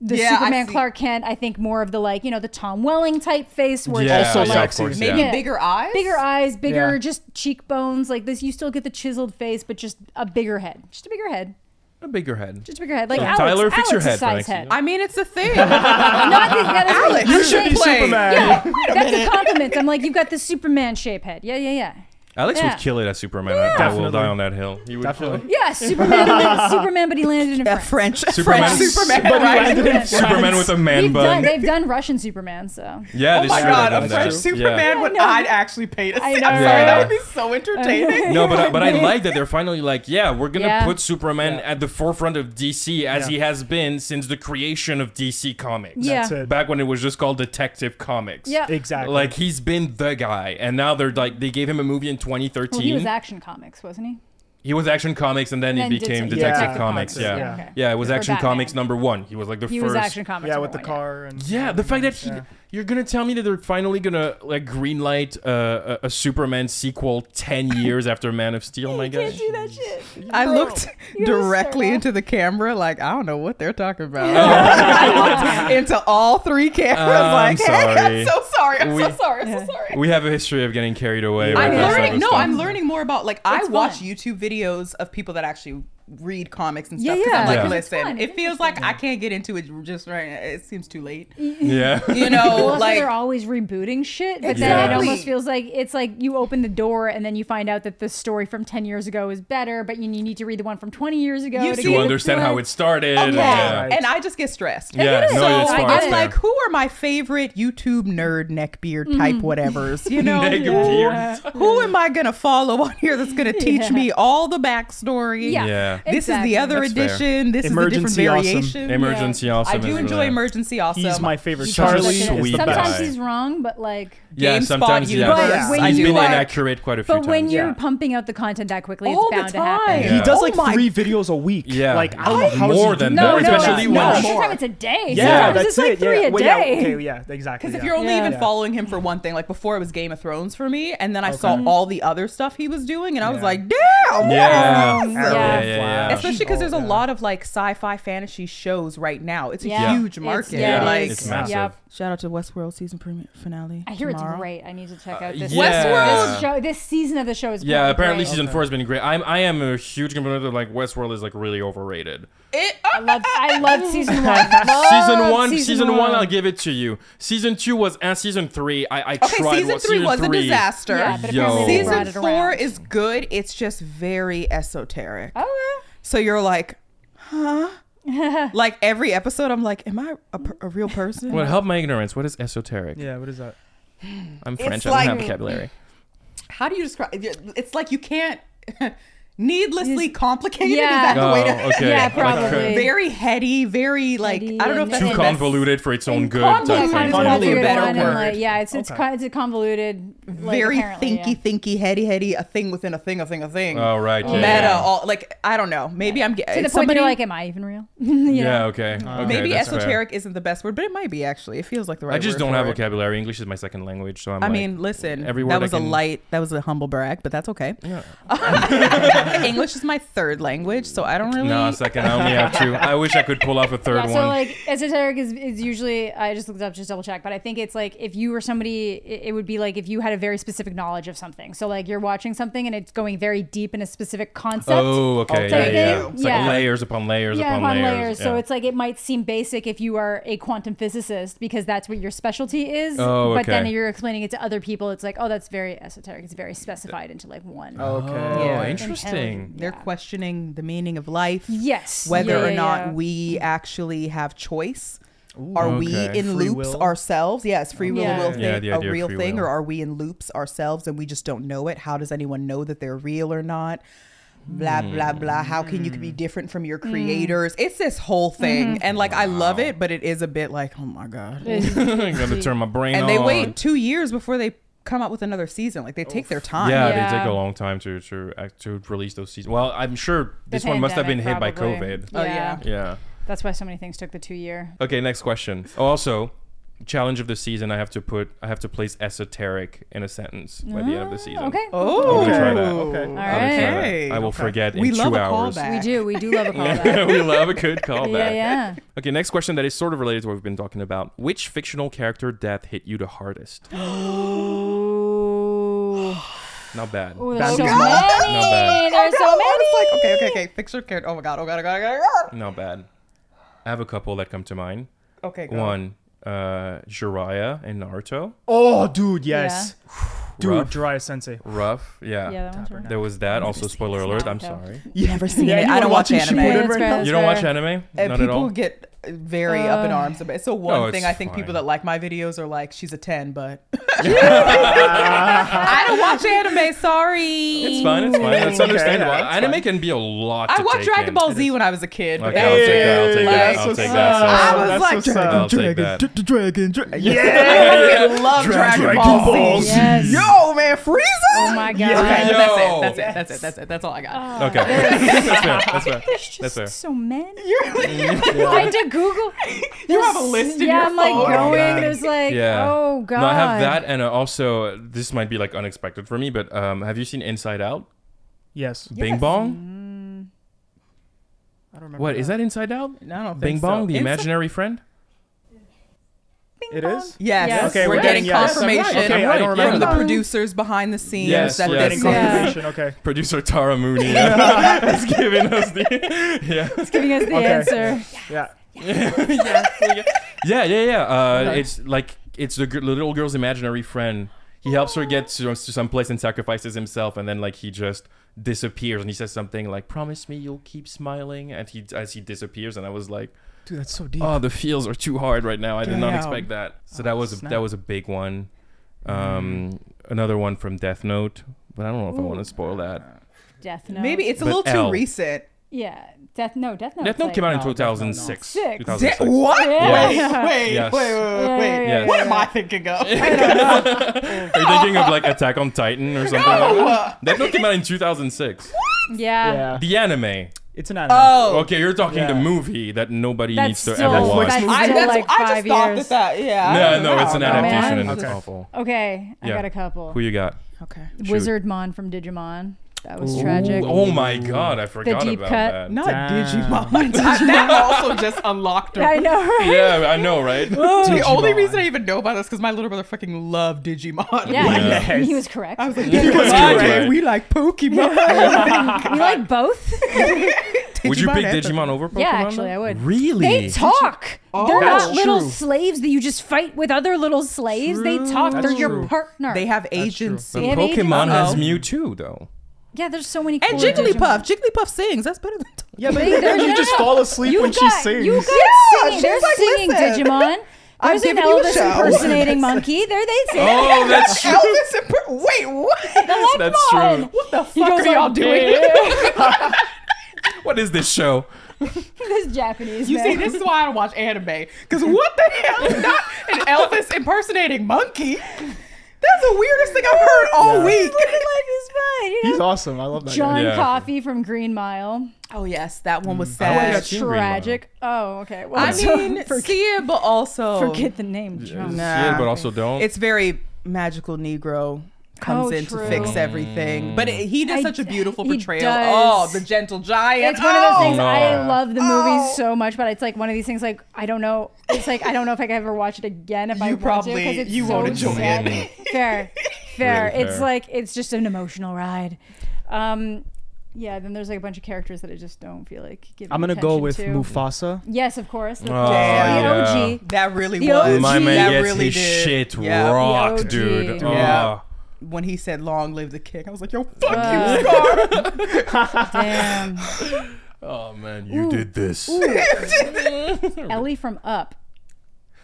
The
Yeah, I
Superman
see.
Clark Kent, I think more of the like, you know, the Tom Welling type face where it's
Yeah,
just
Also
like,
yeah, of
sexy.
course,
maybe
yeah.
Yeah.
bigger eyes.
bigger eyes, bigger
Yeah.
just cheekbones like this. You still get the chiseled face, but just a bigger head, just a bigger head,
A bigger head.
just a bigger head. Like
So,
Alex,
Tyler, fix your
Alex's
head,
size
thanks.
head.
I mean, it's a thing.
Not that- yeah, that's what
Alex,
I'm
you
saying.
should be Play.
Superman.
Yeah, that's a compliment. I'm like, you've got this Superman shape head. Yeah, yeah, yeah.
Alex
Yeah.
would kill it as Superman. I bet we'll
Definitely.
die on that hill. He would
Definitely.
Yeah, Superman. landed- Superman, but he landed in
A
France.
French, a
Superman.
French Superman.
But he
right?
landed in
kill it. Superman with a man
They've
bun.
done, they've done Russian Superman, so
yeah,
Oh
this
my
should have
god,
done
a
that.
French
Yeah.
Superman would I'd actually pay to see.
I
I'm
know,
sorry,
right?
that would be so entertaining.
No, but but I like that they're finally like, yeah, we're gonna
Yeah.
put Superman at the forefront of DC as
Yeah.
he has been since the creation of DC Comics.
yeah,
That's it.
Back when it was just called Detective Comics.
yeah.
Exactly.
Like he's been the guy, and now they're like they gave him a movie in 2013.
Well, he was Action Comics, wasn't he?
Action Comics, and then,
Then
he became
Detective
Detective
Yeah.
Comics. Yeah, yeah,
Yeah.
Okay.
it was
For
Action
Batman.
Comics number one. He was like the
He
first.
was Action Comics.
yeah,
number
with the
one,
car and
Yeah, the fact that he,
Yeah.
you're gonna tell me that they're finally gonna like greenlight uh, a, a Superman sequel ten years after Man of Steel. My gosh.
that shit.
I looked
You were
directly
so-
into the camera, like I don't know what they're talking about. I looked into all three cameras,
I'm
like
sorry.
hey, I'm so sorry, I'm
We-
so sorry, I'm
Yeah.
so sorry.
We have a history of getting carried away.
I'm
with that type
learning.
of
No,
stuff.
I'm learning more about like I
It's
watch
fun.
YouTube videos of people that actually read comics and
Yeah,
stuff. because
yeah.
I'm like,
Yeah.
It's fun,
listen,
it's
it feels like I can't get into it just right. now. It seems too late.
Yeah.
You
Well,
know,
also
like
they're always rebooting shit, but then it
Exactly.
almost feels like it's like you open the door and then you find out that the story from ten years ago is better, but you, you need to read the one from twenty years ago
You
to
see-
to
get
understand how
what-
it started.
okay,
Yeah.
Right.
and I just get stressed.
Yeah,
is.
no,
So,
it's
Oh, I
fine.
get
it's
it.
fair.
I'm like, who are my favorite YouTube nerd neckbeard type
Mm-hmm.
whatevers? You know,
Neg beards.
who am I gonna follow on here that's gonna teach
Yeah.
me all the backstory?
Yeah,
Yeah.
This is
exactly.
the other
That's fair.
edition. This is
Emergency
the
Awesome.
different variation.
Emergency
I
Awesome
do
is
enjoy
really-
Emergency Awesome.
he's my favorite.
He's
Charlie
such a
is
sweet
the
guy.
Sometimes
best.
he's wrong, but like
Yeah,
GameSpot
sometimes yeah.
universe.
But when
He's
you
been
are-
inaccurate quite a few
But
times.
when
yeah.
you're pumping out the content that quickly,
All
it's
the
bound to happen.
time.
Yeah.
He does
Oh
like
my-
three videos a week.
Yeah.
Like I don't know how
More
he's
than
doing
that.
No,
It's
no,
actually
no.
one
no.
shot.
Sometimes it's a day.
Yeah,
Sometimes
that's
it's like
it.
three
yeah.
a
Well,
day.
Yeah, okay, yeah, exactly.
Because if
yeah.
you're only
Yeah.
even
Yeah.
following him for one thing, like before it was Game of Thrones for me, and then I saw all the other stuff he was doing, and I was
Yeah.
like, damn!
Yeah.
what is this?
Yeah. Yeah,
yeah, yeah.
Especially because there's a
Yeah.
lot of like sci-fi fantasy shows right now. It's a
Yeah.
huge
It's-
market.
yeah, it
like
It's
is.
massive.
Yep.
shout out to Westworld season premiere finale.
I hear
tomorrow.
it's great. I need to check out this.
yeah.
This show, this season of the show is
Yeah, apparently
great.
season four has been great. I'm I am a huge component of like Westworld is like really overrated.
It,
I love I love season one. Love
season one, season, one, I'll give it to you. Season two was and season three, I, I
okay,
tried.
season
what- Oh.
three was a disaster.
Yeah, but
Yo.
apparently they brought
Season
it
four
around.
is good. It's just very esoteric.
Oh,
So you're like, huh? like every episode, I'm like, am I a, per- a real person?
Well, help my ignorance. What is esoteric?
Yeah, what is that?
I'm
It's
French. I don't have
like-
vocabulary.
How do you describe? It's like you can't. needlessly complicated.
Yeah.
Is that the way
Oh,
to?
okay.
Yeah,
Like, uh,
probably.
very heady, very like I don't know if
Heady
that's
and-
Too
the best-
convoluted for its own
And
good. type
yeah,
convoluted
thing.
is probably a better
one and,
word.
like, yeah, it's it's
Okay.
con- it's a convoluted. like,
Very
apparently,
thinky, thinky, heady, heady. A thing within a thing, a thing, a thing.
Oh right. Yeah.
Meta,
yeah.
all like I don't know. Maybe I'm
Yeah. To
getting
the point that you're like, am I even real? you know?
Yeah, okay. okay
maybe
that's fair.
esoteric isn't the best word, but it might be actually. It feels like the right.
I just
word
don't
for
have
it.
vocabulary. English is my second language, so I'm.
I
like,
mean, listen.
every word I
that was
can-
a light. That was a humble brag, but that's okay.
Yeah.
English is my third language, so I don't really.
no, second. I only have two. I wish I could pull off a third
Yeah, so
one.
like esoteric is, is usually I just looked up just double check, but I think it's like if you were somebody, it, it would be like if you had a very specific knowledge of something. So like you're watching something and it's going very deep in a specific concept.
oh, okay.
So
Yeah,
they-
yeah. It's like
yeah.
layers upon layers
yeah,
upon layers.
So
yeah.
it's like it might seem basic if you are a quantum physicist because that's what your specialty is.
Oh,
But then
okay.
you're explaining it to other people. It's like, oh, that's very esoteric. It's very specified into like one.
Okay.
Oh,
Yeah.
interesting.
They're
Yeah.
questioning the meaning of life.
Yes.
whether
Yeah,
or
yeah,
not
yeah.
we actually have choice. are
Okay.
we in
Free
loops
will?
ourselves? Yes, free will,
Yeah.
Yeah,
will thing,
the
a
idea of
real
free
thing,
will.
or are we in loops ourselves and we just don't know it? How does anyone know that they're real or not? Blah
Hmm.
blah blah. How can you be different from your
Hmm.
creators? It's this whole
Mm-hmm.
thing, and like I love it, but it is a bit like, oh my god.
I'm gonna turn my brain
and
on.
they wait two years before they come out with another season. Like they take their time.
Oh. Yeah, they
Yeah.
take a long time to to act- to release those seasons. Well, I'm sure
The
this one must have been hit
pandemic,
by
probably.
COVID.
Oh, yeah.
Yeah.
That's why so many things took the two year.
Okay, next question. Oh, Also, challenge of the season. I have to put. I have to place esoteric in a sentence by the end of the season.
Mm, Okay.
Oh,
I'm gonna try that.
Okay. All
I'm gonna try that.
right.
I will
Okay.
forget
We
in
love
two
a
hours.
callback.
We do. We do love a callback.
we love a good callback.
yeah, yeah.
Okay, next question that is sort of related to what we've been talking about. Which fictional character death hit you the hardest?
Ooh.
Not bad.
Ooh, there's so
Bambi's
many.
Not bad.
There's so
Oh, I
many.
was like, okay, okay, okay. Picture character. Oh my god. Oh god. Oh god. Oh god.
Not bad. I have a couple that come to mind.
Oh god. Okay. Go.
One, uh, Jiraiya in Naruto.
Oh, dude, yes. Dude,
Rough.
Jiraiya Sensei.
Rough. Yeah.
Yeah, that one's right.
there was that. Also, spoiler alert. I'm
Naruto.
sorry.
Never seen
Yeah,
it.
you
I don't
were
watch anime.
watching
Yeah,
Shippuden,
that's
right?
fair,
now?
that's
You don't watch
fair.
anime?
And
Not at
Uh, people
all.
get very up in arms about it. So one
no, it's
thing I think people
fine.
that like my videos are like, she's a ten, but I don't watch anime. Sorry.
It's fine. It's fine. That's
Okay,
understandable.
yeah, it's
anime
fine.
can be a lot.
I
to
watched
take
Dragon
in.
Ball Z when I was a kid. but
Okay,
that
I'll
was-
take that. I'll take that.
Like,
I'll take that.
I was like,
That's so sad.
I'll take that.
Dra- Dragon, Dra-
I
yeah.
fucking love Dragon,
Dragon
Ball,
Ball
Oh,
Z.
Z.
Yes.
Yo, man, Frieza.
Oh my god.
Okay,
Yo.
that's it. That's it. That's it. That's it. That's all I
Uh,
got.
Okay. That's fair. That's fair.
There's just
That's fair.
so many.
You're-
I had to Google.
You have a list in
yeah,
your
I'm like
phone.
Oh my
going.
God.
There's like,
Yeah.
oh god.
No, I have that, and uh, also this might be like unexpected for me, but um, have you seen Inside Out?
Yes.
Bing Bong.
Mm. I don't remember.
What is that? Inside Out.
No, I don't
Bing
think
Bong,
so.
the
It's-
imaginary friend.
It is?
Yes.
Yes.
Okay,
we're
we're
getting
getting- Um, yes, I'm right.
confirmation
Okay, I don't
from
remember
the
that.
producers behind the scenes
Yes,
that
we're
this
Getting
is
Yeah.
confirmation. Okay.
Producer Tara Mooney has given us the yeah.
It's giving us the
Okay.
answer.
Yeah.
Yeah, yeah, yeah. Uh, It's like it's the gr- little girl's imaginary friend. He helps her get to, to some place and sacrifices himself, and then like he just disappears. And he says something like, "Promise me you'll keep smiling." And he as he disappears, and I was like,
Dude, that's so deep.
"Oh, the feels are too hard right now. I did not
Damn.
expect that." So that was a,
snap.
that was a big one. Um, another one from Death Note, but I don't know if I want to spoil that.
Death Note.
Maybe it's a
But
little
L.
too recent.
yeah. Death. No, Death Note.
Death Note came out in
no, Death Note, no.
2006.
Six.
Di-
2006.
what?
Yeah.
Wait, wait,
Yes.
wait, wait, wait, wait.
yeah,
What
yeah.
am I thinking of?
Are you thinking of like Attack on Titan or something? like that? Death Note came out in 2006.
Yeah.
Yeah.
The anime.
It's an anime.
oh,
Okay, you're talking the
Yeah.
movie that nobody
That's
needs to
still,
ever
Netflix
watch.
that's
movie.
I,
still
that's,
like
I
five
just thought
years.
that that. Yeah. I
No,
don't
no,
know.
it's an
I don't know.
adaptation
Man.
and it's
Okay.
awful.
Okay, I
Yeah.
got a couple.
Who you got?
Okay.
Shoot.
Wizard Mon from Digimon. That was tragic.
Ooh, oh my god, I forgot
deep
about
cut.
that.
Not
Damn.
Digimon. that also just unlocked her.
I know, right?
Yeah, I know, right?
The only
Digimon.
reason I even know about this because my little brother fucking loved Digimon.
Yeah,
Yeah.
he- He, was correct.
I was like,
was
Digimon,
correct.
we like Pokemon.
you like both?
Would you pick
and-
Digimon over Pokemon?
Yeah, actually, I would.
Really?
They talk. They're
That's
not little
true.
slaves that you just fight with other little slaves. They talk.
That's
They're your
true.
partner.
They have
true.
agents.
but
They have
Pokemon
agents.
has
Uh-oh.
Mewtwo, though.
yeah, there's so many.
And
cool
Jigglypuff. Jigglypuff sings. That's better than.
Yeah, but
They- they're-
then
no,
you just
no, no.
fall asleep
You
when
got,
she sings.
You got
Yeah,
singing. They're
she's like,
singing
"Listen,
Digimon.
I'm
There's an
giving you a
Elvis
show."
impersonating monkey. There they sing.
Oh, that's true.
Elvis and Per- Wait, what?
That's true.
What the
He
fuck
goes
are y'all
like,
doing?
What is this show?
This Japanese.
You
man.
see, this is why I don't watch anime. Because what the hell is not an Elvis impersonating monkey? That's the weirdest thing I've heard all
Yeah.
week.
life is fun. You know?
He's awesome. I love that.
John
guy.
Yeah.
Coffee from Green Mile.
Oh yes, that one
Mm.
was
I wouldn't
sad.
Seen Green Mile.
Tragic. Oh, okay. Well,
I
so
mean,
forget,
see it, but also
forget the name. John.
Yeah, but also don't.
it's very magical. Negro comes
Oh,
in
true.
to fix everything, but it, he does
I-
such a beautiful
he
portrayal.
does.
Oh, the gentle giant.
It's one of those
Oh!
things. I
No.
love the movie
Oh.
so much, but it's like one of these things. Like I don't know. It's like I don't know if I could ever watch it again. If I
You
want
probably-
to, 'cause it's
you
so
won't enjoy
sad.
it.
Fair, fair.
Really
it's
fair.
like it's just an emotional ride. Um, yeah. Then there's like a bunch of characters that I just don't feel like giving.
I'm gonna go
attention
with
to.
Mufasa.
Yes, of course. The,
Oh,
the
yeah.
OG.
That really
The
was.
OG.
my man
that
gets
really
his
did.
shit
Yeah.
rocked,
Yeah, OG.
dude. Oh.
Yeah. When he said "Long live the king," I was like, "Yo, fuck
Uh,
you, Scar."
Damn.
Oh, man, you did this.
Ellie from Up.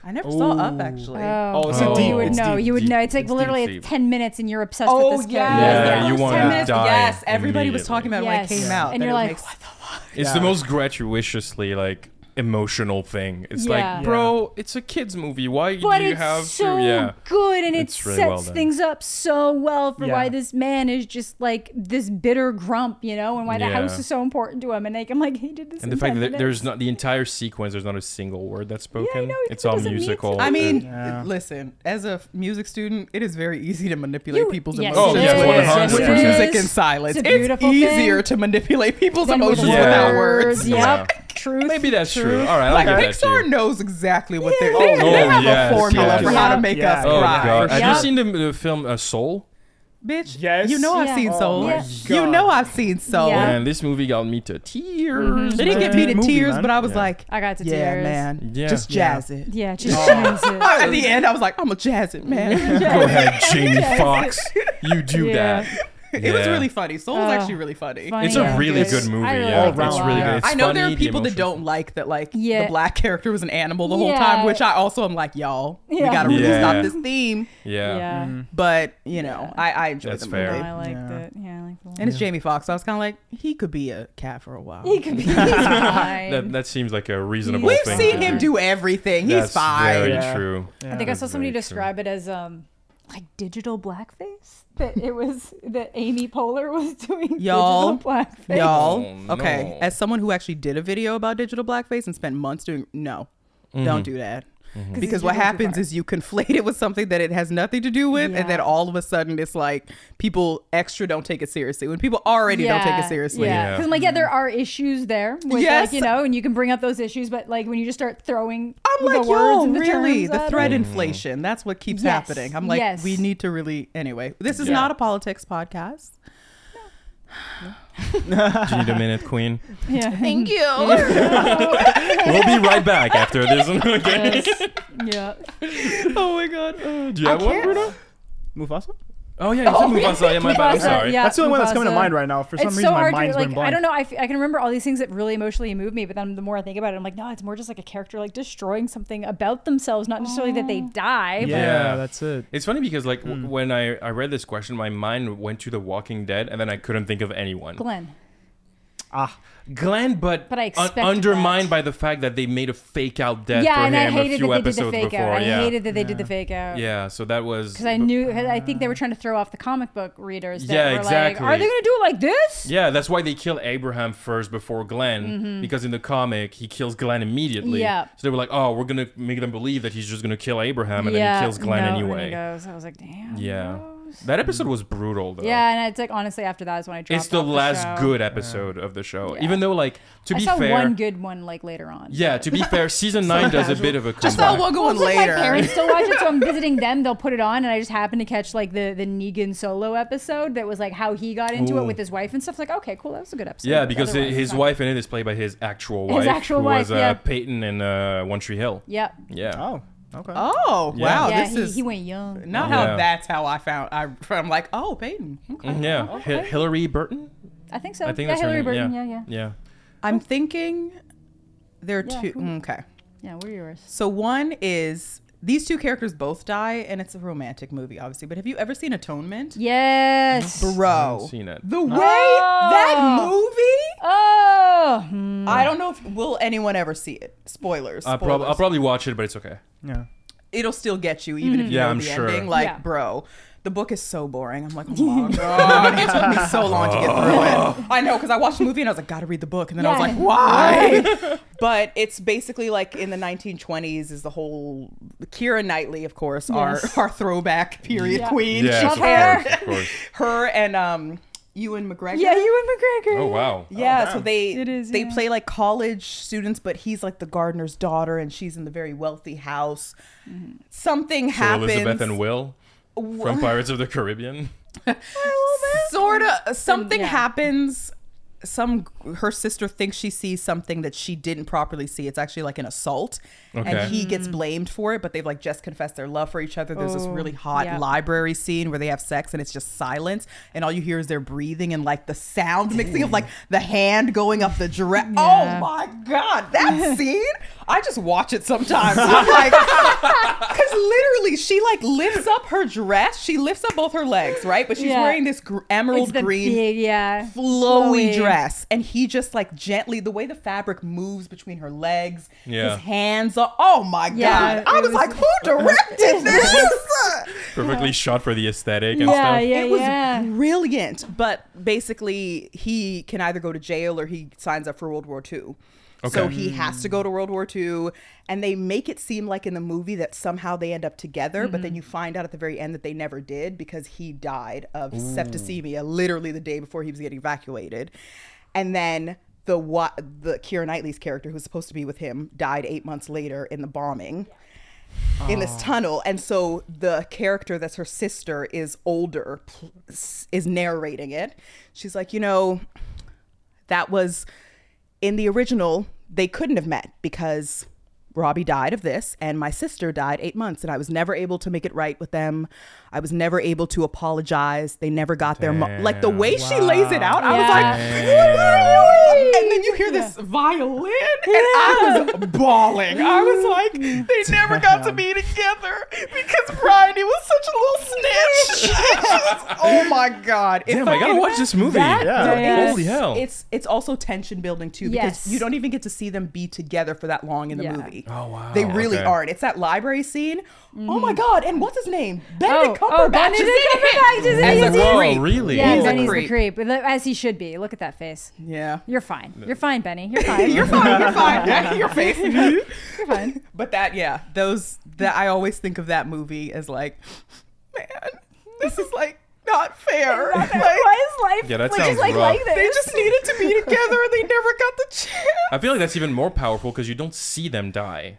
I never saw Up
Ooh.
actually.
Oh,
Oh, it's
a deep-
you would
it's
know.
deep,
you would
deep.
know. It's like
It's deep,
literally
deep.
it's ten minutes, and you're obsessed
Oh
with this
yeah,
guy.
Yeah, you
Ten
wanna
minutes-
die
Yes, everybody was
immediately.
talking about it when it
Yes.
came out,
And
that
you're
it
like,
makes-
what the fuck?
It's the
Yeah.
most gratuitously like emotional thing. It's
Yeah.
like,
Yeah.
bro, it's a kids movie. Why
But
do you
it's
have
so
to? Yeah,
good, and it
It's really
sets
well done.
things up so well for why
Yeah.
this man is just like this bitter grump, you know, and why the
Yeah.
house is so important to him. And like, I'm like, he did this.
and
in
the fact
10
that
minutes.
there's not the entire sequence. There's not a single word that's
I
spoken.
know,
it's
it
all
doesn't mean it's-
musical.
I
I mean,
and-
Yeah.
listen, as a f- music student, it is very easy to manipulate
You-
people's
yes,
emotions
it Oh, yeah,
with-
100%.
with
it
music
is.
and silence.
It's
It's,
a beautiful thing.
easier to manipulate people's
Than with
emotions
Yeah.
without words.
Yeah.
Yep. Truth.
maybe that's true. All right, I'll
Like
give that to you.
Pixar knows exactly what they're.
Yeah.
They, they
Oh,
have
yes,
a formula
yes.
for how
Yeah.
to make
Yeah.
us
Oh
cry.
god! Have
Yep.
you seen the, the film uh, Soul?
Bitch,
Yes.
you know I've
Yeah.
seen
Oh
Soul.
my
You
God.
know I've seen Soul.
Yeah. Mm-hmm.
And this movie got me to tears.
They didn't get me to
Good movie,
tears,
man.
but I was
Yeah.
like,
I got to
yeah,
tears.
man,
Yeah.
just
Yeah.
jazz it.
Yeah, just oh. it.
At the end, I was like, I'm a jazz it, man.
Go ahead, Jamie Foxx. You do
Yeah.
that.
It was
Yeah.
really funny. Soul was
Oh,
actually really funny.
funny.
It's a
Yeah.
really
It's-
good movie.
I really
yeah,
like it a
it's
lot.
really good.
Yeah.
It's
I know there
funny,
are
the
people that
emotions-
don't like that, like
Yeah.
the black character was an animal the whole
Yeah.
time, which I also am like, y'all,
Yeah.
we gotta really
Yeah.
stop this theme.
Yeah. Mm-hmm.
Yeah.
But you know, I, I enjoyed
That's
the
fair.
movie,
I liked
Yeah.
it. Yeah, I liked the
and it's Jamie Foxx. So I was kind of like, he could be a cat for a while.
He could be fine.
That, that seems like a reasonable
We've
thing.
seen
to
him
do.
do everything.
That's
He's fine.
Very
Yeah.
true.
I think I
That's
saw somebody
very true.
describe it as um like digital blackface. That it was that Amy Poehler was doing
Y'all.
digital blackface.
Y'all,
Oh,
okay.
no.
As someone who actually did a video about digital blackface and spent months doing, no,
Mm-hmm.
don't do that. Because
you
what
go too
happens
far.
is you conflate it with something that it has nothing to do with,
Yeah.
and then all of a sudden it's like people extra don't take it seriously when people already don't take it seriously. Mm-hmm.
Yeah,
Yeah.
because I'm like, yeah, there are issues there. With,
Yes.
like, you know, and you can bring up those issues, but like when you just start throwing
I'm
the
like,
words
yo,
and the
really?
terms
The
at
threat
it.
inflation. That's what keeps
Yes.
happening. I'm like,
Yes.
we need to really. Anyway, this is
Yeah.
not a politics podcast.
Do you need a minute, Queen?
Yeah.
Thank you.
We'll be right back after this. okay.
Yes. yeah.
oh my god.
Do you have one,
can't-
Bruno?
Mufasa?
Oh, yeah, you said Mufasa. Yeah, my bad. I'm
Mufasa,
sorry.
yeah,
That's the only one that's coming to
Mufasa.
mind right now. For some
it's
reason,
so
my
hard to
mind's
like.
been blank.
I don't know. I, f- I can remember all these things that really emotionally moved me, but then the more I think about it, I'm like, no, it's more just like a character like destroying something about themselves, not necessarily that they die. but-
Yeah.
Yeah, that's it.
It's funny because, like,
Mm.
w- when I, I read this question, my mind went to The Walking Dead, and then I couldn't think of anyone.
Glenn.
Ah,
Glenn, but,
But I
un-
expected
undermined
that.
by the fact that they made a fake out death
yeah,
for
and
him
I hated
a few
that they did
episodes
the fake
before.
out.
yeah.
I hated that they did the fake out.
yeah, so that was.
Because I knew, I think they were trying to throw off the comic book readers. That
Yeah,
were
exactly.
Like, Are they going to do it like this?
Yeah, that's why they kill Abraham first before Glenn, because in the comic he kills Glenn immediately.
Mm-hmm. Yeah.
So they were like, "Oh, we're gonna make them believe that he's just gonna kill Abraham, and then he kills Glenn
no, and
anyway."
he goes. I was like, damn.
yeah,
gross.
that episode was brutal though.
Yeah, and it's like honestly after that is when I dropped.
it's the
off
last
show.
good episode of the show.
Yeah.
Even though, like, to
I
be
saw
fair,
one good one like later on.
yeah, to be fair, season nine does a bit of a
Just that
comeback.
one going
Well, it's like
later.
my parents still watch it, so I'm visiting them. They'll put it on, and I just happened to catch like the the Negan solo episode that was like how he got into
Ooh.
it with his wife and stuff. Like, okay, cool, that was a good episode.
yeah,
but
because
otherwise,
his
it's not-
wife in it is played by his actual
His
wife,
actual
who
wife,
was uh,
yeah.
Peyton in uh, One Tree Hill.
Yep.
Yeah.
oh, okay.
Oh
Yeah.
wow,
yeah,
this
he,
is
he went young.
not
Yeah.
how. That's how I found. I from like, oh, Peyton. Okay.
Yeah, Hi- Hillary Burton.
I think so.
I think
yeah,
that's
Hillary
her name.
Burton. Yeah, yeah. yeah.
yeah.
I'm thinking there are
Oh. Yeah,
two.
cool.
mm, Okay.
what are yours?
So one is these two characters both die, and it's a romantic movie, obviously. But have you ever seen Atonement?
Yes.
Bro,
seen it.
the way that
Oh.
movie.
Oh. hmm.
I don't know if will anyone ever see it. Spoilers.
I'll, prob- I'll
spoilers.
probably watch it, but it's okay.
Yeah.
It'll still get you even if you
Mm-hmm. Yeah,
know
I'm
the
sure.
ending. Like,
Yeah.
bro, the book is so boring. I'm like, oh my god, it took me so long to get through
Oh.
it. I know because I watched the movie and I was like, gotta read the book, and then I was
Yeah.
like, why? but it's basically like in the 1920s is the whole Kira Knightley, of course,
Yes.
our our throwback period
Yeah.
queen.
Yes,
She's
of
hair.
course, of course.
her and um Ewan McGregor.
Yeah, you and McGregor.
Oh wow.
Yeah, so they
It is,
they
yeah.
play like college students, but he's like the gardener's daughter, and she's in the very wealthy house.
Mm-hmm.
Something
So
happens.
Elizabeth and Will from Pirates of the Caribbean.
sort of something
Yeah.
happens. Some her sister thinks she sees something that she didn't properly see. It's actually like an assault,
Okay.
and he
Hmm.
gets blamed for it. But they've like just confessed their love for each other. There's this
Oh,
really hot
yeah.
library scene where they have sex, and it's just silence, and all you hear is their breathing and like the sound mixing of like the hand going up the dress.
Yeah.
Oh my god, that scene! I just watch it sometimes. I'm like, because literally, she like lifts up her dress. She lifts up both her legs, right? But she's
Yeah.
wearing this gr- emerald
It's the
green
big, yeah,
flowy dress and he just like gently the way the fabric moves between her legs
Yeah.
his hands are oh my
Yeah,
god i
it
was,
was-
like who directed this
Perfectly shot for the aesthetic and
Yeah,
stuff.
yeah,
it was
yeah.
brilliant but basically he can either go to jail or he signs up for world war ii So
Okay.
he has to go to World War II, and they make it seem like in the movie that somehow they end up together, but
Mm-hmm.
then you find out at the very end that they never did because he died of septicemia literally the day before he was getting evacuated, and then the what the Keira Knightley's character who's supposed to be with him died eight months later in the bombing in this tunnel and so the character that's her sister is older pl- s- is narrating it she's like you know that was in the original they couldn't have met because robbie died of this and my sister died eight months and i was never able to make it right with them i was never able to apologize they never got their mo- like the way she lays it out i was like what are you doing? and then you hear this violin and i was bawling i was like they never got to be together because bridie was such a little snitch oh my god If
Damn, I gotta
can-
watch this movie.
That-
Yeah.
Yeah.
Holy hell.
it's it's also tension building too because
Yes.
you don't even get to see them be together for that long in the
Yeah.
movie.
Oh, wow.
They really
Okay.
aren't. It's that library scene. Oh my god! And what's his name?
Oh,
Benedict
Mm. oh,
Cumberbatch.
Benedict Cumberbatch is in
As
it,
a
he's in it.
creep.
Whoa, really?
Yeah,
He's a
Benny's
creep.
the creep, as he should be. Look at that face.
Yeah.
You're fine. You're fine, Benny. You're fine.
You're fine. You're fine. Yeah, your face. You're
fine.
But that, yeah, those that I always think of that movie as like, man, this is like not fair. Like,
Why is life
Yeah, that
like,
sounds
just like,
rough.
like
they
this?
just needed to be together and they never got the chance.
I feel like that's even more powerful because you don't see them die.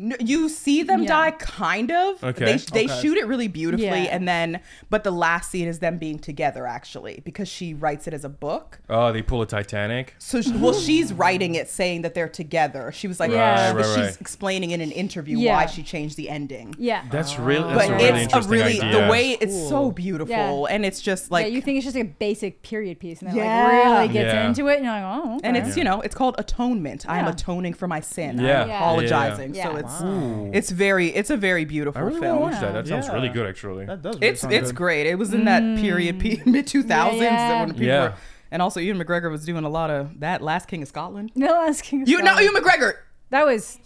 No, you see them
Yeah.
die, kind of.
Okay.
They, they shoot it really beautifully,
Yeah.
and then but the last scene is them being together actually because she writes it as a book.
Oh, they pull a Titanic.
So she, well, she's writing it saying that they're together. She was like,
Yeah. Right,
but
right,
she's
right.
explaining in an interview
Yeah.
why she changed the ending.
Yeah.
That's real. That's a
But
really
it's a
interesting
really
idea.
the way it's so beautiful,
Yeah.
and it's just like
yeah, you think it's just a basic period piece, and then
Yeah.
like really gets
Yeah.
into it, and you're like, oh, okay.
and it's you know it's called atonement. I'm
Yeah.
atoning for my sin.
Yeah.
I'm
Yeah.
apologizing.
Yeah.
So it's it's very it's a very beautiful
I really want
film.
to watch that. That sounds
Yeah.
really good, actually.
That does. really
It's
sound
it's
good.
great. It was in that period pe- mid two thousands
Yeah,
that when
yeah.
people
Yeah.
were, and also Ian McGregor was doing a lot of that. Last King of Scotland.
no, that's
You know Ian McGregor,
that was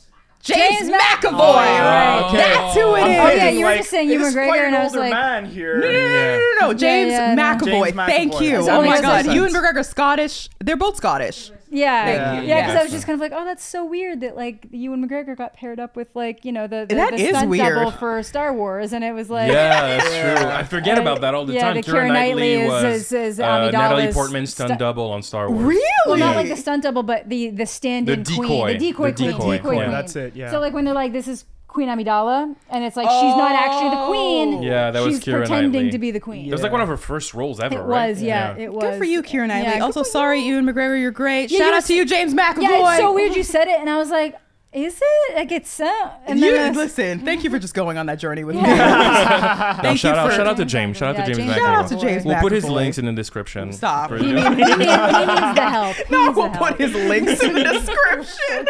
James,
James Mac-
McAvoy.
Oh, right.
Okay.
That's who it is.
I'm
Oh, yeah,
thinking,
you were just saying you
this
were
is
Gregor,
quite an
and I was
older
like-
man here.
No, no, no, no, no, no, James
yeah, no.
McAvoy.
James
Thank
McAvoy.
you.
That
Oh my
makes
God,
sense.
Ewan McGregor Scottish. They're both Scottish.
yeah,
you.
yeah, because I
Yeah.
was just kind of like, oh, that's so weird that like you and McGregor got paired up with like you know the the,
That
the
is
stunt
weird.
double for Star Wars, and it was like.
yeah, that's true. I forget about that all the
Yeah,
time.
the Keira Knightley is-
was
is- is
uh, Natalie
Amidala's
Portman's stunt
stu-
double on Star Wars.
Well, not like
Yeah.
the stunt double, but the the stand-in
The
queen,
decoy.
the decoy
The
queen,
decoy,
decoy,
yeah.
queen.
That's it, yeah.
So like when they're like, this is Queen Amidala, and it's like she's not actually the queen.
Oh.
Yeah, that was
she's
Keira
pretending
Knightley.
to be the queen.
It was like one of her first roles ever,
It
right?
was, yeah, it was.
Good for you, Kieran Knightley.
Yeah, good
also,
for
sorry, Ewan McGregor, you're great. Shout
Yeah, you
out
were-
to you, James McAvoy.
Yeah, it's so weird you said it, and I was like, is it? Like it's so. And
You,
I was-
listen, thank you for just going on that journey with me.
Yeah.
No,
Thank
shout
you
out,
for-
shout out to James. Shout out
Yeah,
to James.
James
McAvoy.
Shout out to James
We'll put his
McAvoy.
links in the description.
Stop.
for
He
you.
he, needs, he needs the help. He
No,
needs the
we'll
help.
put his links in the description.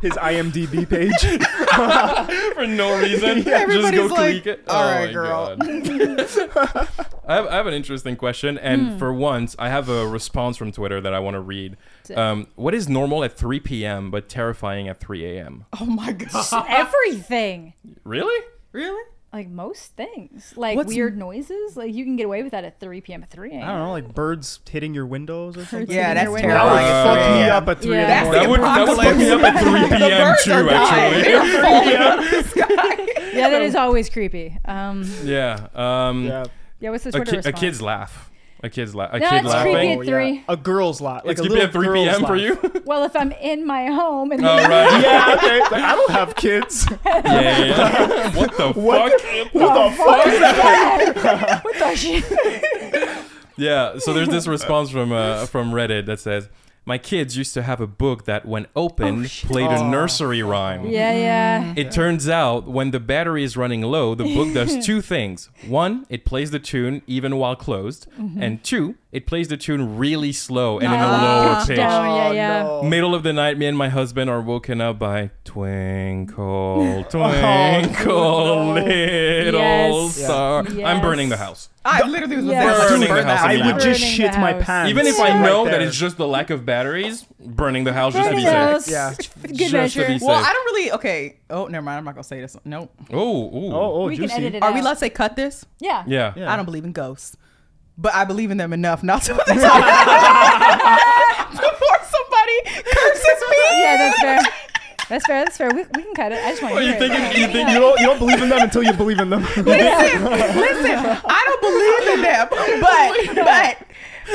His IMDb page.
for no reason. Just go
Everybody's like,
click it.
"All
Oh
right,
my
girl."
God. I, have, I have an interesting question, and for once, I have a response from Twitter that I want to read. Um, what is normal at 3 p.m. but terrifying at 3 a.m.?
Oh my god.
everything.
Really?
Really?
Like most things, like
What's-
weird noises, like you can get away with that at 3 p.m. at 3 a.m.
I don't know, like birds hitting your windows or something.
Yeah, that's
window.
That would
terrifying.
Uh,
fuck me
yeah.
up at three in the
That's
morning.
That would that would put me up at 3
The
p.m.
birds
too,
are dying.
actually.
They're falling out of the sky.
Yeah, that is always creepy. Um,
Yeah. Um,
Yeah.
yeah, what's the
A,
Twitter
ki- a
response?
kid's laugh. A kid's laugh. A
No,
kid
it's creepy.
laughing.
at three.
A girl's lot. Like
It's
a
creepy
little
at 3
girl's
p.m. for
laugh.
you?
Well, if I'm in my home and
All Oh, right.
Yeah, okay. Like, I don't have kids.
Yeah, yeah, yeah. what the
What
fuck?
What the fuck?
what the shit?
Yeah, so there's this response from uh, from Reddit that says, "My kids used to have a book that, when opened, played a nursery rhyme.
Oh, Yeah, yeah.
It turns out when the battery is running
Mm-hmm.
low, the book does two things: one, it plays the tune even while closed, and two, It plays the tune really slow and in a
Ah,
lower
pitch
pitch.
down. Oh, yeah, yeah.
no.
Middle of the night, me and my husband are woken up by twinkle,
no.
twinkle, little
Yes.
star.
Yeah.
I'm
Yes.
burning the house.
I literally was
Yeah.
about to
Burning
burn
the
that
house
house
I
down.
would just
Burning
shit
the
my
house.
pants.
Even if I
right
know
there.
that it's just the lack of batteries, burning the house just to be
Burning
safe.
those.
Yeah.
Good
Just to
measure.
be
Well,
safe.
I don't really. Okay. Oh, never mind. I'm not gonna say this. Nope.
Oh, ooh.
Oh, oh,
we
juicy.
can edit it.
Are
out.
we allowed to say cut this?
Yeah.
yeah.
Yeah.
I don't believe in ghosts, but I believe in them enough not to. Before somebody curses me.
Yeah, that's fair. That's fair. That's fair. We, we can cut it. I just want to
Well,
hear
you think
it.
it- you think
You don't, you don't believe in them until you believe in them.
Listen, listen. I don't believe in them, but but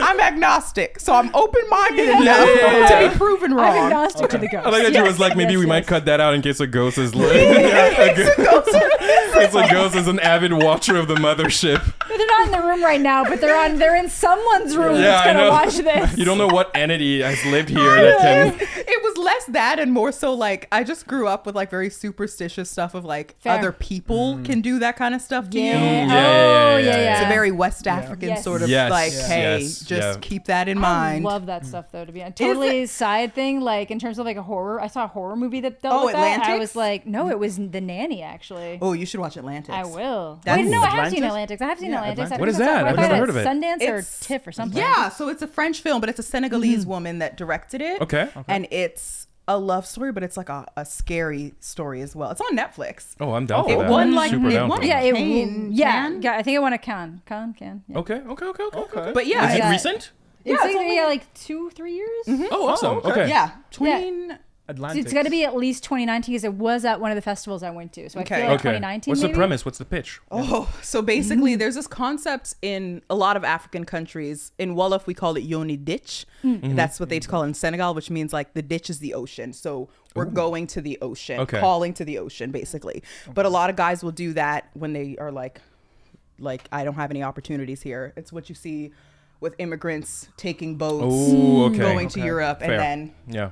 I'm agnostic, so I'm open-minded enough
yeah, yeah.
to be proven
I'm
wrong.
agnostic to the ghost.
I like that you was like, maybe
yes,
we might
yes.
cut that out in case a ghost is li- a ghost- it's a ghost is an avid watcher of the mothership.
But they're not in the room right now. But they're on. They're in someone's room
Yeah,
that's
I
gonna
know.
watch this.
You don't know what entity has lived here that can.
it was less that and more so like I just grew up with like very superstitious stuff of like
Fair.
other people
Mm.
can do that kind of stuff to
Yeah.
you.
yeah, yeah,
Oh,
yeah,
yeah,
yeah.
yeah.
It's a very West African
Yes.
sort of
Yes,
like,
yeah.
hey,
yes,
just
yeah.
keep that in
I
mind.
love that stuff though. To be honest, totally side thing. Like in terms of like a horror, I saw a horror movie that dealt
Oh,
with that. I
Atlantics?
was like, no, it was the nanny actually.
oh, you should watch Atlantis.
I will.
That's-
Wait, no, I have seen
Atlantis?
Atlantics. I have seen
Yeah,
Atlantics. I
What
think
is
that's
that?
what I
I've never
thought.
heard of it.
Sundance
It's-
or TIFF or something. Mm-hmm.
Yeah, so it's a French film, but it's a Senegalese woman that directed it.
Okay. Okay.
And it's a love story, but it's like a, a scary story as well. It's on Netflix.
Oh, I'm down
Oh,
for
it
that.
won, like,
Super
it
down
won
for
it.
that.
Yeah, it,
Can,
yeah,
can?
yeah. I think I want a con. Con can. Yeah.
Okay. Okay. Okay. Okay. Okay.
But yeah,
Is
yeah.
it recent?
It's like, yeah, like two, three years.
Oh, awesome.
okay.
okay.
yeah, between
Atlantic.
It's got to be at least 2019 because it was at one of the festivals I went to. So
Okay.
I feel like
Okay.
2019.
What's
maybe?
the premise? What's the pitch?
Oh, so basically,
Mm-hmm.
there's this concept in a lot of African countries. In Wolof, we call it Yoni ditch.
Mm-hmm.
That's what they call it in Senegal, which means like the ditch is the ocean. So we're going to the ocean,
Okay.
calling to the ocean, basically. But a lot of guys will do that when they are like, like I don't have any opportunities here. It's what you see with immigrants taking boats,
Oh, okay.
going to Europe,
Fair.
and then
Yeah.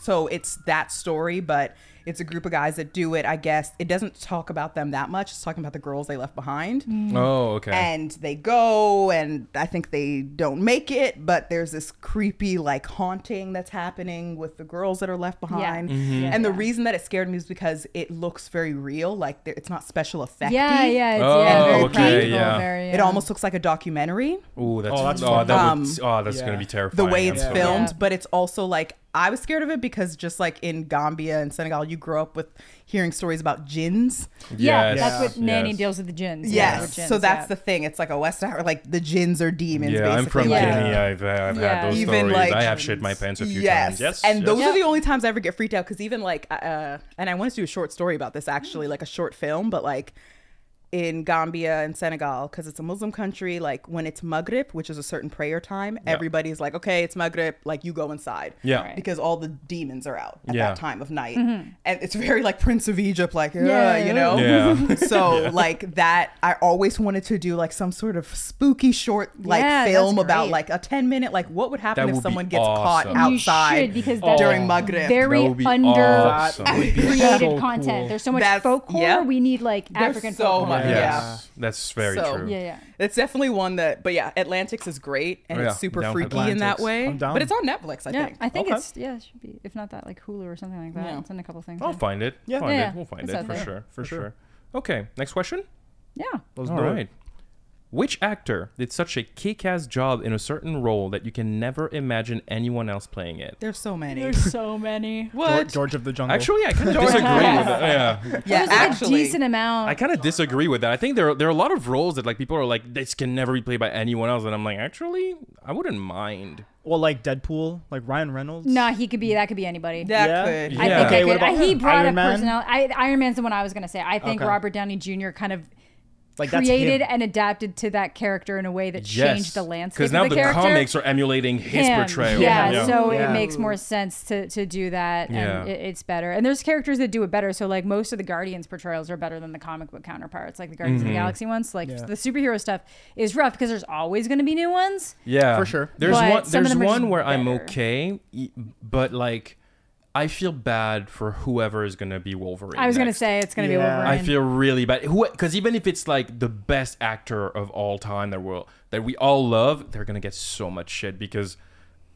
so it's that story, but it's a group of guys that do it. I guess it doesn't talk about them that much. It's talking about the girls they left behind
Mm-hmm.
Oh, okay.
and they go and i think they don't make it but there's this creepy like haunting that's happening with the girls that are left behind
Yeah,
and the
yeah.
reason that it scared me is because it looks very real like there- it's not special effect
Yeah, yeah. It's,
Oh,
yeah, very
okay,
practical,
yeah.
Very, um,
it almost looks like a documentary
Ooh, that's,
Oh, that's
oh, that
fun.
would, oh, that's
Yeah.
gonna be terrifying.
the way
I'm
it's
sorry.
filmed
Yeah.
but it's also like i was scared of it because just like in gambia and senegal you grow up with hearing stories about jinns
Yeah,
Yes.
that's what
Yes.
Nanny deals with the gins. yeah,
yes
the gins,
so that's
yeah.
the thing it's like a west africa like the jinns are demons
Yeah,
basically.
I'm from
like,
Yeah.
Guinea. I've, I've
Yeah.
had those
Even,
stories.
like-
I have shit my pants a few times. Yes.
and
yes.
those
Yeah.
are the only times I ever get freaked out because even like, uh, and I wanted to do a short story about this actually, like a short film, but like in Gambia and Senegal because it's a Muslim country. Like when it's Maghrib, which is a certain prayer time, everybody's like, okay, it's Maghrib, like you go inside,
Yeah. Right.
because all the demons are out at
Yeah.
that time of night, and it's very like Prince of Egypt, like yeah,
Mm-hmm. Yeah.
you know,
Yeah.
so like that, I always wanted to do like some sort of spooky short like
Yeah, that's
film about
great.
like a ten minute like what would happen
That
if
would be
someone gets
awesome.
caught
You
outside
You should because that's
during
like
Maghrib.
very
That would be
under
awesome.
That would be
created
so
content.
cool.
There's so much
That's-
folk horror.
yeah.
We need like
There's
African
so
folk horror.
much.
Yes. That's very
So-
true.
Yeah, yeah.
It's definitely one that, but yeah, Atlantics is great and
Oh, yeah.
it's super
Down for
freaky in that
Atlantics.
way.
I'm down.
But it's on Netflix, I
yeah,
think.
I think
Okay.
it's yeah, it should be if not that like Hulu or something like that.
Yeah.
It's in a couple things.
I'll
yeah.
find it.
Yeah.
Find
Yeah,
it. We'll find
it's
it
out
for
there.
sure. For
For
sure.
sure.
Okay. Next question.
yeah.
Let's
All
do it.
right. Which actor did such a kick-ass job in a certain role that you can never imagine anyone else playing it?
There's so many.
so many.
Geor-
what?
George of the Jungle.
Actually, I kind of disagree with that. Yeah.
yeah,
There's like
actually.
a decent amount.
I kind of disagree with that. I think there are, there are a lot of roles that like people are like this can never be played by anyone else, and I'm like actually I wouldn't mind.
well, like Deadpool, like Ryan Reynolds.
nah, he could be. That could be anybody.
that
Yeah.
could.
Yeah.
I think
Okay,
I
what
could. I,
about
he
him?
brought
Iron
a
Man?
personality. I, Iron Man's the one I was gonna say. I think
Okay.
Robert Downey Jr. kind of
like that's
created
him.
and adapted to that character in a way that changed the landscape.
Because now
of the,
the,
character.
comics are emulating his
Him.
portrayal.
Yeah,
Yeah.
so
Yeah.
it makes more sense to to do that,
Yeah.
and it, it's better. And there's characters that do it better. So like most of the Guardians portrayals are better than the comic book counterparts, like the Guardians of the Galaxy ones. Like
Yeah.
the superhero stuff is rough because there's always going to be new ones.
Yeah,
For sure.
There's
But
one.
some of
There's
them are just
one where I'm
better.
okay, e- but like I feel bad for whoever is gonna be Wolverine.
I was gonna
next.
say it's gonna
Yeah.
be
I
Wolverine.
feel really bad. Who? Because even if it's like the best actor of all time that will that we all love, they're gonna get so much shit because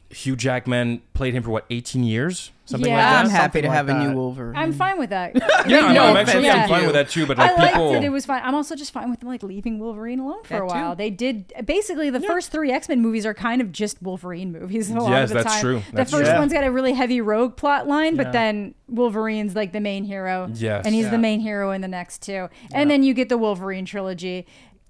Hugh Jackman played him for what 18 years, something
Yeah.
like
I'm
that.
happy to
Something like
have a
that.
new Wolverine.
I'm fine with that.
Yeah, I'm,
No
I'm actually
offense.
I'm fine
Yeah.
with that too. But
I
like
liked
people,
it. It was fine. I'm also just fine with them like leaving Wolverine alone for
That
a
too.
while. They did basically the first three X Men movies are kind of just Wolverine movies. A lot
Yes,
of the
that's
time.
true. That's
the first
true.
one's got a really heavy rogue plot line, but
Yeah.
then Wolverine's like the main hero.
Yes.
and he's
Yeah.
the main hero in the next two, and then you get the Wolverine trilogy.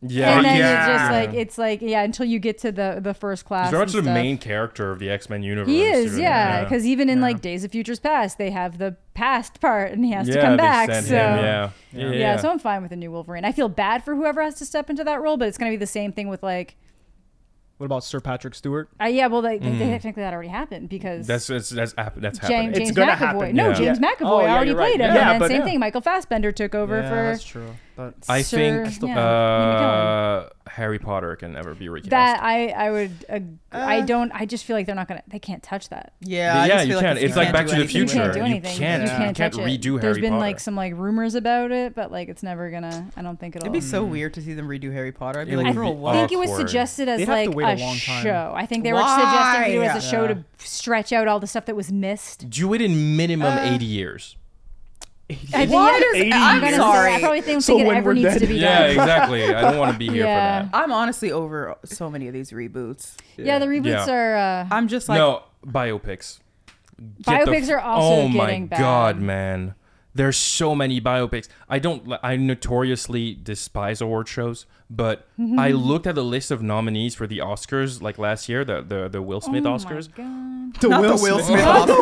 yeah,
and then
yeah.
it's just like it's like yeah until you get to the the first class.
he's very
and
much the
stuff.
main character of the X Men universe.
He is,
really.
yeah, because even in like Days of Futures Past, they have the past part, and he has to
Yeah, they
come back.
sent
so
him, yeah. Yeah,
yeah. so I'm fine with the new Wolverine. I feel bad for whoever has to step into that role, but it's going to be the same thing with like,
What about Sir Patrick Stewart?
uh, yeah, well, like, they- technically that already happened because
that's that's that's, hap- that's happening.
James, James
gonna
McAvoy.
happen,
No,
yeah.
James
Yeah.
McAvoy
Oh, yeah,
already
you're right.
played him,
Yeah,
and
but-
then same
yeah.
thing. Michael Fassbender took over
yeah,
for
that's true. That's,
I
Sir-
think
yeah,
uh, Harry Potter can never be recast.
that. I I would uh, I don't I just feel like they're not going to they can't touch that.
yeah, I
yeah,
just
you
feel
can't.
it's-
It's like
can't
Back
do
to the
anything
You
with
Future.
can't do anything.
You can't,
you
you
can't, touch it.
redo
There's
Harry
been
Potter.
like some like rumors about it, but like it's never gonna. I don't think it'll.
It'd be so weird to see them redo Harry Potter. I'd be
It
like,
would
for
be
a
I
while.
think it was
awkward.
suggested as
They'd have to
like a,
wait a long time.
show. I think they were
Why?
suggesting to do it as a
Yeah.
show to stretch out all the stuff that was missed.
do it in minimum
Uh,
80 years.
I think
Why
it-
does-
I'm
I'm
gonna say-
sorry.
I probably think,
So
think it
when
ever
we're
needs
dead-
to be
Yeah,
done.
exactly. I don't want to be here
Yeah.
for that.
I'm honestly over so many of these reboots.
Yeah, the reboots
Yeah.
are. Uh,
I'm just like,
no, biopics. Get the
Biopics
f-
are also
Oh my
getting bad.
god, man. There's so many biopics. I don't li- I notoriously despise award shows, but
Mm-hmm.
I looked at the list of nominees for the Oscars like last year, the the, the Will Smith
oh
Oscars.
My God.
the
not
Will
the Will
Smith.
Smith. Oscar.
The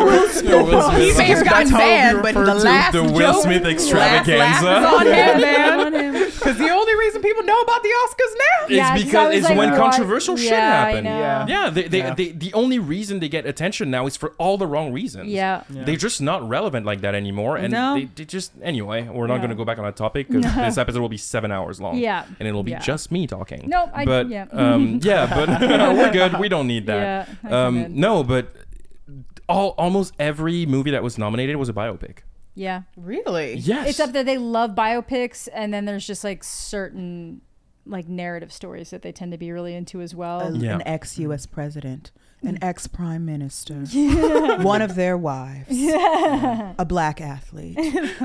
Will Smith
He may
Oscars.
have gotten
That's how we
banned, but
refer
the
to
last
the Will
joke-
Smith
last laugh
extravaganza.
is on him,
Yeah,
man.
on him.
Because the only reason people know about the Oscars now.
It's
Yeah, 'cause I
because
was
it's
like,
when
what?
controversial shit
Yeah, I
happened.
know.
Yeah.
Yeah, they, they,
Yeah.
They, the only reason they get attention now is for all the wrong reasons.
Yeah.
They're just not relevant like that anymore. And
No.
they, they just, anyway, we're not
No.
going to go back on that topic because this episode will be seven hours long.
Yeah.
And it'll be
Yeah.
just me talking.
Nope, I-
but,
yeah.
Um, yeah, but we're good. We don't need
Yeah,
that.
that's good.
um, no, but all almost every movie that was nominated was a biopic.
Yeah.
Really?
Yes.
It's up there. They love biopics, and then there's just like certain like narrative stories that they tend to be really into as well.
Yeah.
An ex US president, an ex prime minister, one of their wives, a black athlete.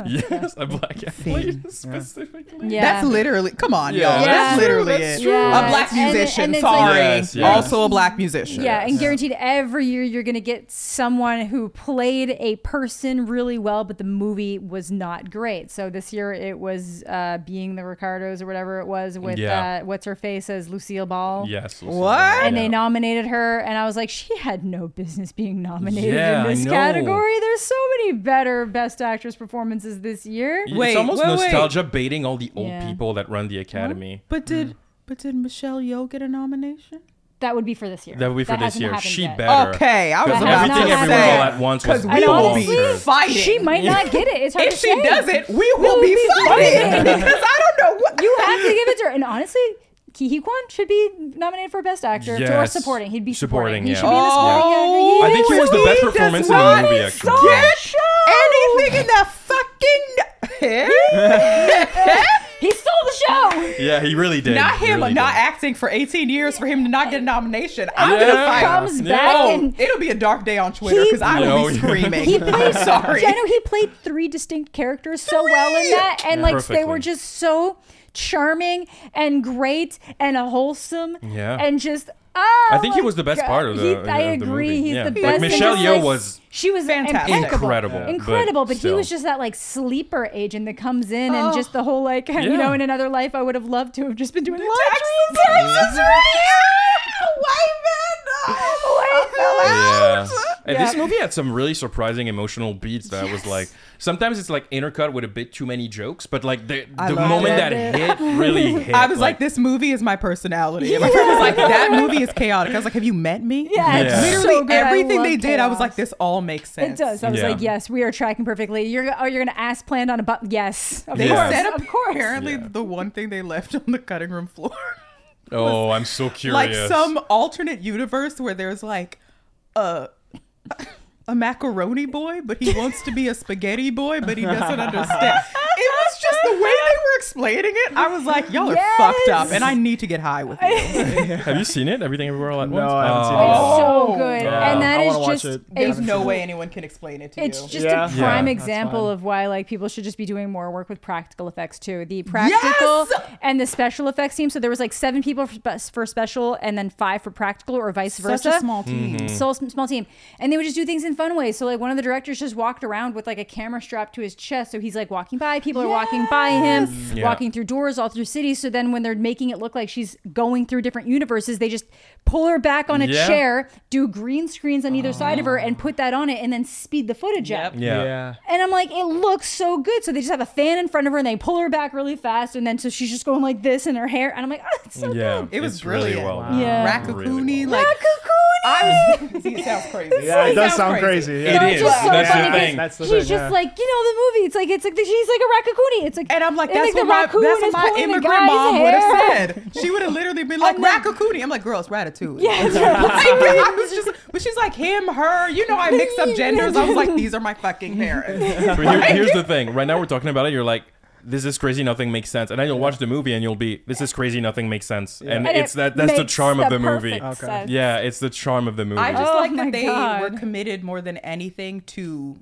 yes, a black
Thing.
athlete specifically.
Yeah.
That's literally, come on,
Yeah. Yeah.
y'all. That's literally
That's
it.
true.
A
Yeah.
black
Uh, And it-
musician,
and it's like-
sorry.
Yes, yes.
Also a black musician.
Yeah, and guaranteed every year you're going to get someone who played a person really well, but the movie was not great. So this year it was uh, Being the Ricardos or whatever it was with
Yeah.
uh, What's Her Face as Lucille Ball.
Yes. we'll see.
What?
And
Yeah.
they nominated her, and I was like, she had no business being nominated
Yeah,
in
I
this
know.
category. There's so many better Best Actress performances this year.
it's
Wait,
almost
wait, wait.
nostalgia baiting all the old
Yeah.
people that run the academy.
But did but did Michelle Yeoh get a nomination?
That would be for this year.
That would be for this
hasn't
year.
happened
She
yet.
better.
Okay, I was
Because
That has
everything
not
everywhere all
happened.
at once was
Because
we
we
all
will be
Honestly,
fighting.
She might not get it. It's hard
if
to
she
say.
doesn't, we will be, fighting. because I don't know what
You have to give it to her. And honestly, Kihi Kwan should be nominated for Best Actor or
Yes.
supporting. He'd be
Supporting,
supporting. He
yeah.
should be in the supporting
Oh,
I
actor.
think he was the best
He does
performance in the
not
movie,
deserve
actually.
anything in the fucking.
He, he stole the show.
Yeah, he really did.
not him
Really
not
did.
acting for 18 years for him to not get a nomination. I'm gonna
Yeah.
fight.
Comes
Yeah.
back
Oh,
and
It'll be a dark day on Twitter
He-
because I will be
Yo.
screaming.
he played.
Sorry.
I know he played three distinct characters so well in that, and like they
Perfectly.
were just so charming and great and wholesome.
Yeah.
and just. Oh,
I think he
my
was the best
God.
part of the-
He-
of
I
the
agree.
movie.
He's
Yeah.
the
Like,
best. and
Michelle
just,
Yeoh
like,
was
she was
fantastic.
impeccable.
Incredible, but
incredible. But, he
still.
was just that like sleeper agent that comes in and
Oh.
just the whole like
Yeah.
you know in another life I would have loved to have just been doing
Tax-
laundry.
tax is right here. White man. Oh, I
Yeah.
fell out.
And this
Yeah.
movie had some really surprising emotional beats that was like sometimes it's like intercut with a bit too many jokes, but like the,
I
the
loved
moment
it.
that hit really hit.
I was like, this movie is my personality. And my friend was like, that movie is chaotic. I was like, have you met me?
Yeah,
it's Yeah. so
Literally
good. I
everything
love
they did, I was
chaos.
like, this all makes sense.
It does. I was
Yeah.
like, yes, we are tracking perfectly. You're oh, you're gonna ask planned on a button. Yes, of
They
course,
said
of course.
Apparently,
Yeah.
the one thing they left on the cutting room floor,
oh, I'm so curious.
like some alternate universe where there's like a a macaroni boy, but he wants to be a spaghetti boy, but he doesn't understand. It was just the way they were explaining it. I was like, y'all
Yes.
are fucked up, and I need to get high with you.
Have you seen it? Everything Everywhere All at
No,
Once? Um,
I haven't seen it
It's
yet.
Oh,
so good,
yeah.
and that
I
is
wanna watch
just
it.
a
There's no way anyone can explain it to
It's
you.
just
Yeah.
a
Yeah,
prime
that's
example
fine.
of why like people should just be doing more work with practical effects too. The practical and the special effects team. So there was like seven people for, spe- for special and then five for practical, or vice versa.
Such a small team.
Mm-hmm.
So sm- small team, and they would just do things in fun ways. So like one of the directors just walked around with like a camera strapped to his chest, so he's like walking by, people are walking by him,
Yeah.
walking through doors all through cities. So then when they're making it look like she's going through different universes, they just pull her back on a
Yeah.
chair, do green screens on either side of her, and put that on it, and then speed the footage up.
Yeah.
And I'm like, it looks so good. So they just have a fan in front of her and they pull her back really fast. And then so she's just going like this in her hair. And I'm like, oh, it's so
Yeah.
It was
it's really
brilliant.
well
Wow.
done.
Yeah.
Raccoonie,
well.
good.
like
Ah, cocoon.
I was. it sounds crazy.
Yeah, it does sound crazy.
It
Yeah.
is.
It's just so
That's the
funny 'cause
thing.
That's the
he's
thing,
just
yeah.
like, you know, the movie. It's like, it's like, the, she's like a raccoonie. It's like,
And I'm like,
and,
that's what
the
my,
raccoon
that's
is
what my
pulling the
immigrant
guy's
mom would
hair.
have said. She would have literally been like,
And then-
Raccoonie. I'm like, girl, it's Ratatouille.
Yeah.
Like, I was just, but she's like him, her. You know, I mix up genders. I was like, these are my fucking parents.
But here- here's the thing. Right now we're talking about it. You're like, this is crazy. Nothing makes sense. And then you'll watch the movie and you'll be, this is crazy. Nothing makes sense. And,
And
it's
it
that. That's the
makes
charm of the movie.
perfect
Okay.
sense.
Yeah, it's the charm of the movie.
I just
Oh
like
my
that they were
God.
committed more than anything to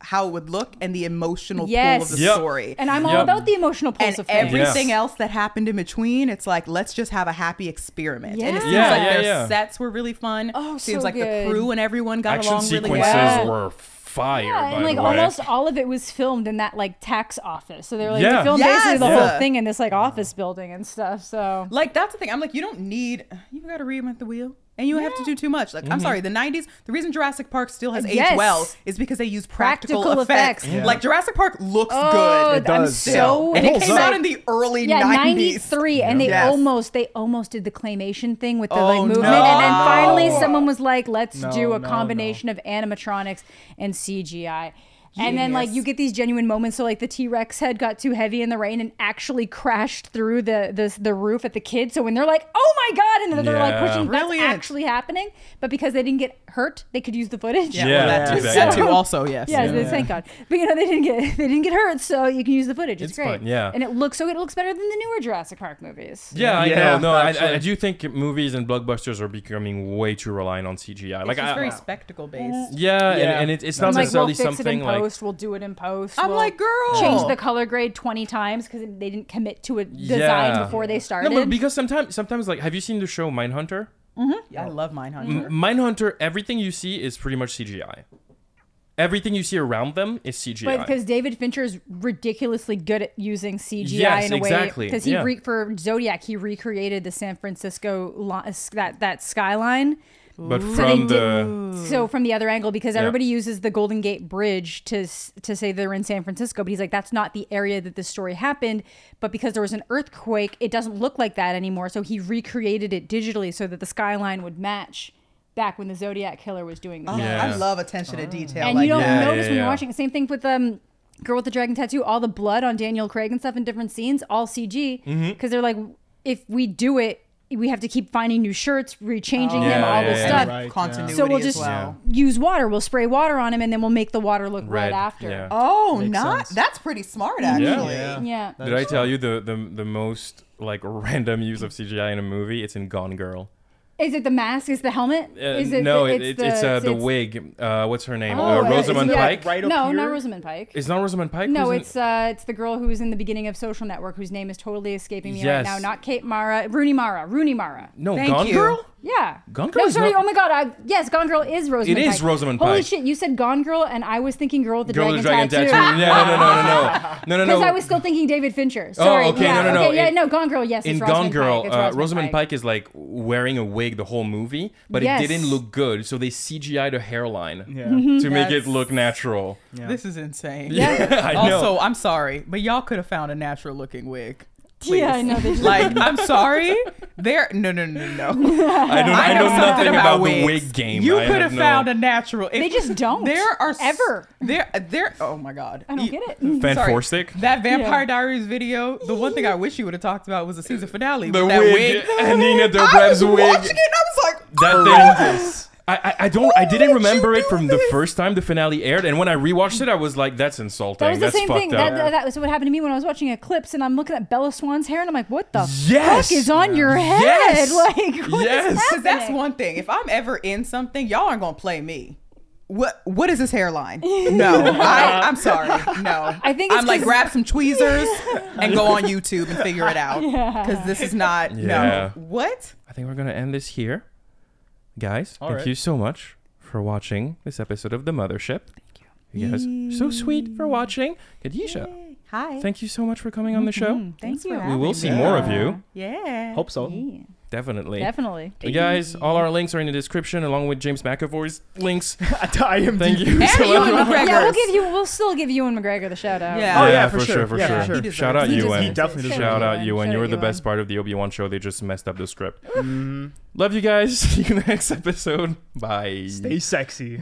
how it would look and the emotional pull
Yes.
of the
Yep.
story.
And I'm all
Yep.
about the emotional pulse
and
of things.
everything
Yes.
else that happened in between, it's like let's just have a happy experiment. And it seems
Yeah.
like
Yeah,
their
yeah.
sets were really fun.
Oh,
seems
so
like
good.
the crew and everyone got
Action
along
sequences
really well.
well.
were fire.
Yeah,
by
and like
the way.
almost all of it was filmed in that like tax office. So they were like
Yeah.
they filmed basically the
Yes!
whole thing in this like office building and stuff. So
Like that's the thing. I'm like, you don't need. You got to reinvent the wheel, and you have to do too much. Like,
Mm-hmm.
I'm sorry, the '90s. The reason Jurassic Park still has aged
Yes.
well is because they use practical,
Practical
effects.
effects.
Like Jurassic Park looks
Oh,
good,
It
I'm
does.
so
and it
holds
came
up.
out in the early
yeah,
90s.
93 and they
Yes.
almost they almost did the claymation thing with the
Oh,
like movement
no.
and then
No.
finally someone was like let's
No,
do a
no,
combination of animatronics and CGI. And then like
Genius.
you get these genuine moments so like the T-Rex head got too heavy in the rain and actually crashed through the the, the roof at the kids. So when they're like, "Oh my god," and then they're
Yeah.
like pushing
Brilliant.
that's actually happening, but because they didn't get hurt, they could use the footage.
Yeah,
Yeah,
well, that, too,
exactly.
that too. Also, yes.
Yeah, thank God. But you know they didn't get they didn't get hurt, so you can use the footage. It's,
It's
great.
fun, yeah.
and it looks so it looks better than the newer Jurassic Park movies.
Yeah,
Yeah,
I know. No, I- I, I
actually.
do think movies and blockbusters are becoming way too reliant on CGI.
Like,
like,
it's just
I,
very spectacle based.
yeah, and,
Yeah.
and it, it's
I'm
not
like, we'll
necessarily
fix it
something
in
like
post. We'll do it in post.
I'm
we'll
like, girl,
change the color grade twenty times because they didn't commit to a design
Yeah.
before they
no,
started.
but because sometimes, sometimes like, have you seen the show Mindhunter?
I love Mindhunter.
M- Mindhunter, everything you see is pretty much CGI. Everything you see around them is CGI.
But because David Fincher is ridiculously good at using CGI
Yes,
in a way,
exactly.
Because he
Yeah.
re- for Zodiac, he recreated the San Francisco lo- that that skyline.
but
So they
from the
didn't- so from the other angle because everybody uses the Golden Gate Bridge to s- to say they're in San Francisco, but he's like that's not the area that this story happened. But because there was an earthquake, it doesn't look like that anymore. So he recreated it digitally so that the skyline would match back when the Zodiac killer was doing the
Oh. Yeah.
Oh, I love attention to detail.
and
like
you don't
that.
Yeah,
notice
yeah,
when you're
yeah.
watching. Same thing with um, Girl with the Dragon Tattoo. All the blood on Daniel Craig and stuff in different scenes, all CG, because
Mm-hmm.
they're like, if we do it, we have to keep finding new shirts, rechanging
Oh. Yeah,
him, all
yeah,
this
yeah.
stuff.
And
Right, yeah.
continuity
So we'll just
as well.
use water. We'll spray water on him, and then we'll make the water look
red
red after.
Yeah.
Oh,
Makes
not
sense.
that's pretty smart actually.
Yeah.
Yeah.
Did I tell you the, the the most like random use of CGI in a movie? It's in Gone Girl.
Is it the mask? Is the helmet?
Uh,
Is
no,
the-
it, it's, it's, uh, the
it's-
wig. Uh, what's her name?
Oh,
uh,
yeah,
Rosamund
is it-
Pike.
Right up
no,
here?
not Rosamund Pike.
It's not Rosamund Pike.
no,
who's in-
it's uh, it's the girl who was in the beginning of Social Network, whose name is totally escaping me
Yes.
right now. Not Kate Mara, Rooney Mara, Rooney Mara.
no
Thank
Gone
you.
Girl.
Yeah.
Gone Girl
No,
is
sorry.
not-
Oh my God. I, yes, Gone Girl is Rosamund.
is
Pike.
Rosamund
Holy
Pike.
shit! You said Gone Girl, and I was thinking Girl with the
Girl
Dragon
with the Dragon
Tattoo.
Tattoo. Yeah, no, no, no, no, no, no, no,
Because
no.
I was still thinking David Fincher. Sorry.
okay,
yeah,
no, no, no.
Okay, yeah,
In-
no, Gone Girl. Yes,
in
it's
Gone
Rosamund
Girl,
Pike. It's
uh, Rosamund Pike. is like wearing a wig the whole movie, but
Yes.
it didn't look good, so they CGI'd a hairline
Yeah.
to make it
That's-
look natural.
This is insane.
I know.
Also, I'm sorry, but y'all could have found a natural looking wig. Please.
Yeah, I know. They
Like, I'm sorry. There, no, no, no, no, no.
I don't. I,
I
know
know something
nothing about,
about
the
wigs.
wig game.
You
I
could have
no-
found a natural. If-
They just don't.
There are s-
Ever.
There, there. Oh my god.
I don't
You-
get it.
Fan
Sorry.
Forstick?
That Vampire Diaries video. The one thing I wish you would have talked about was the season finale.
The
with that
wig.
wig.
and Nina
I was
Dobrev's wig.
watching it. And I was like,
That thing. I, I, I don't I didn't remember it from the first time the finale aired, and when I rewatched it, I was like, "That's insulting.
That was the
That's
same
fucked
thing.
up."
That, that, that was what happened to me when I was watching Eclipse, and I'm looking at Bella Swan's hair, and I'm like, "What the
Yes!
fuck is on your head?
Yes!
Like, what is
Yes! 'Cause
Because that's
happening?
one thing. If I'm ever in something, y'all aren't gonna play me. What what is this hairline? No, I, I'm sorry. No,
I think it's
I'm like
'cause-
grab some tweezers and go on YouTube and figure it out
Yeah.
because this is not
Yeah.
no what.
I think we're gonna end this here, guys.
All
thank
right.
you so much for watching this episode of the Mothership. Thank you. You guys are so sweet for watching, Kadisha.
Hi.
Thank you so much for coming on the show.
Thanks
for
for
We
having
will
me.
see more of you,
Yeah.
Hope so.
Yeah,
definitely.
definitely.
You guys, all our links are in the description, along with James McAvoy's links.
I am.
Thank you.
And
so
Ewan
much.
McGregor.
Yeah, we'll give you. We'll still give you and McGregor the shout out.
Yeah.
Oh yeah,
for, sure, for
Yeah,
sure.
He deserves
Shout out
it. He
Ewan.
He definitely
Shout
deserves
Shout
it.
out
Ewan.
Ewan.
Shout
You
out
were the
Ewan.
best part of the Obi Wan show. They just messed up the script.
Mm,
Love you guys. See you next episode. Bye.
stay sexy.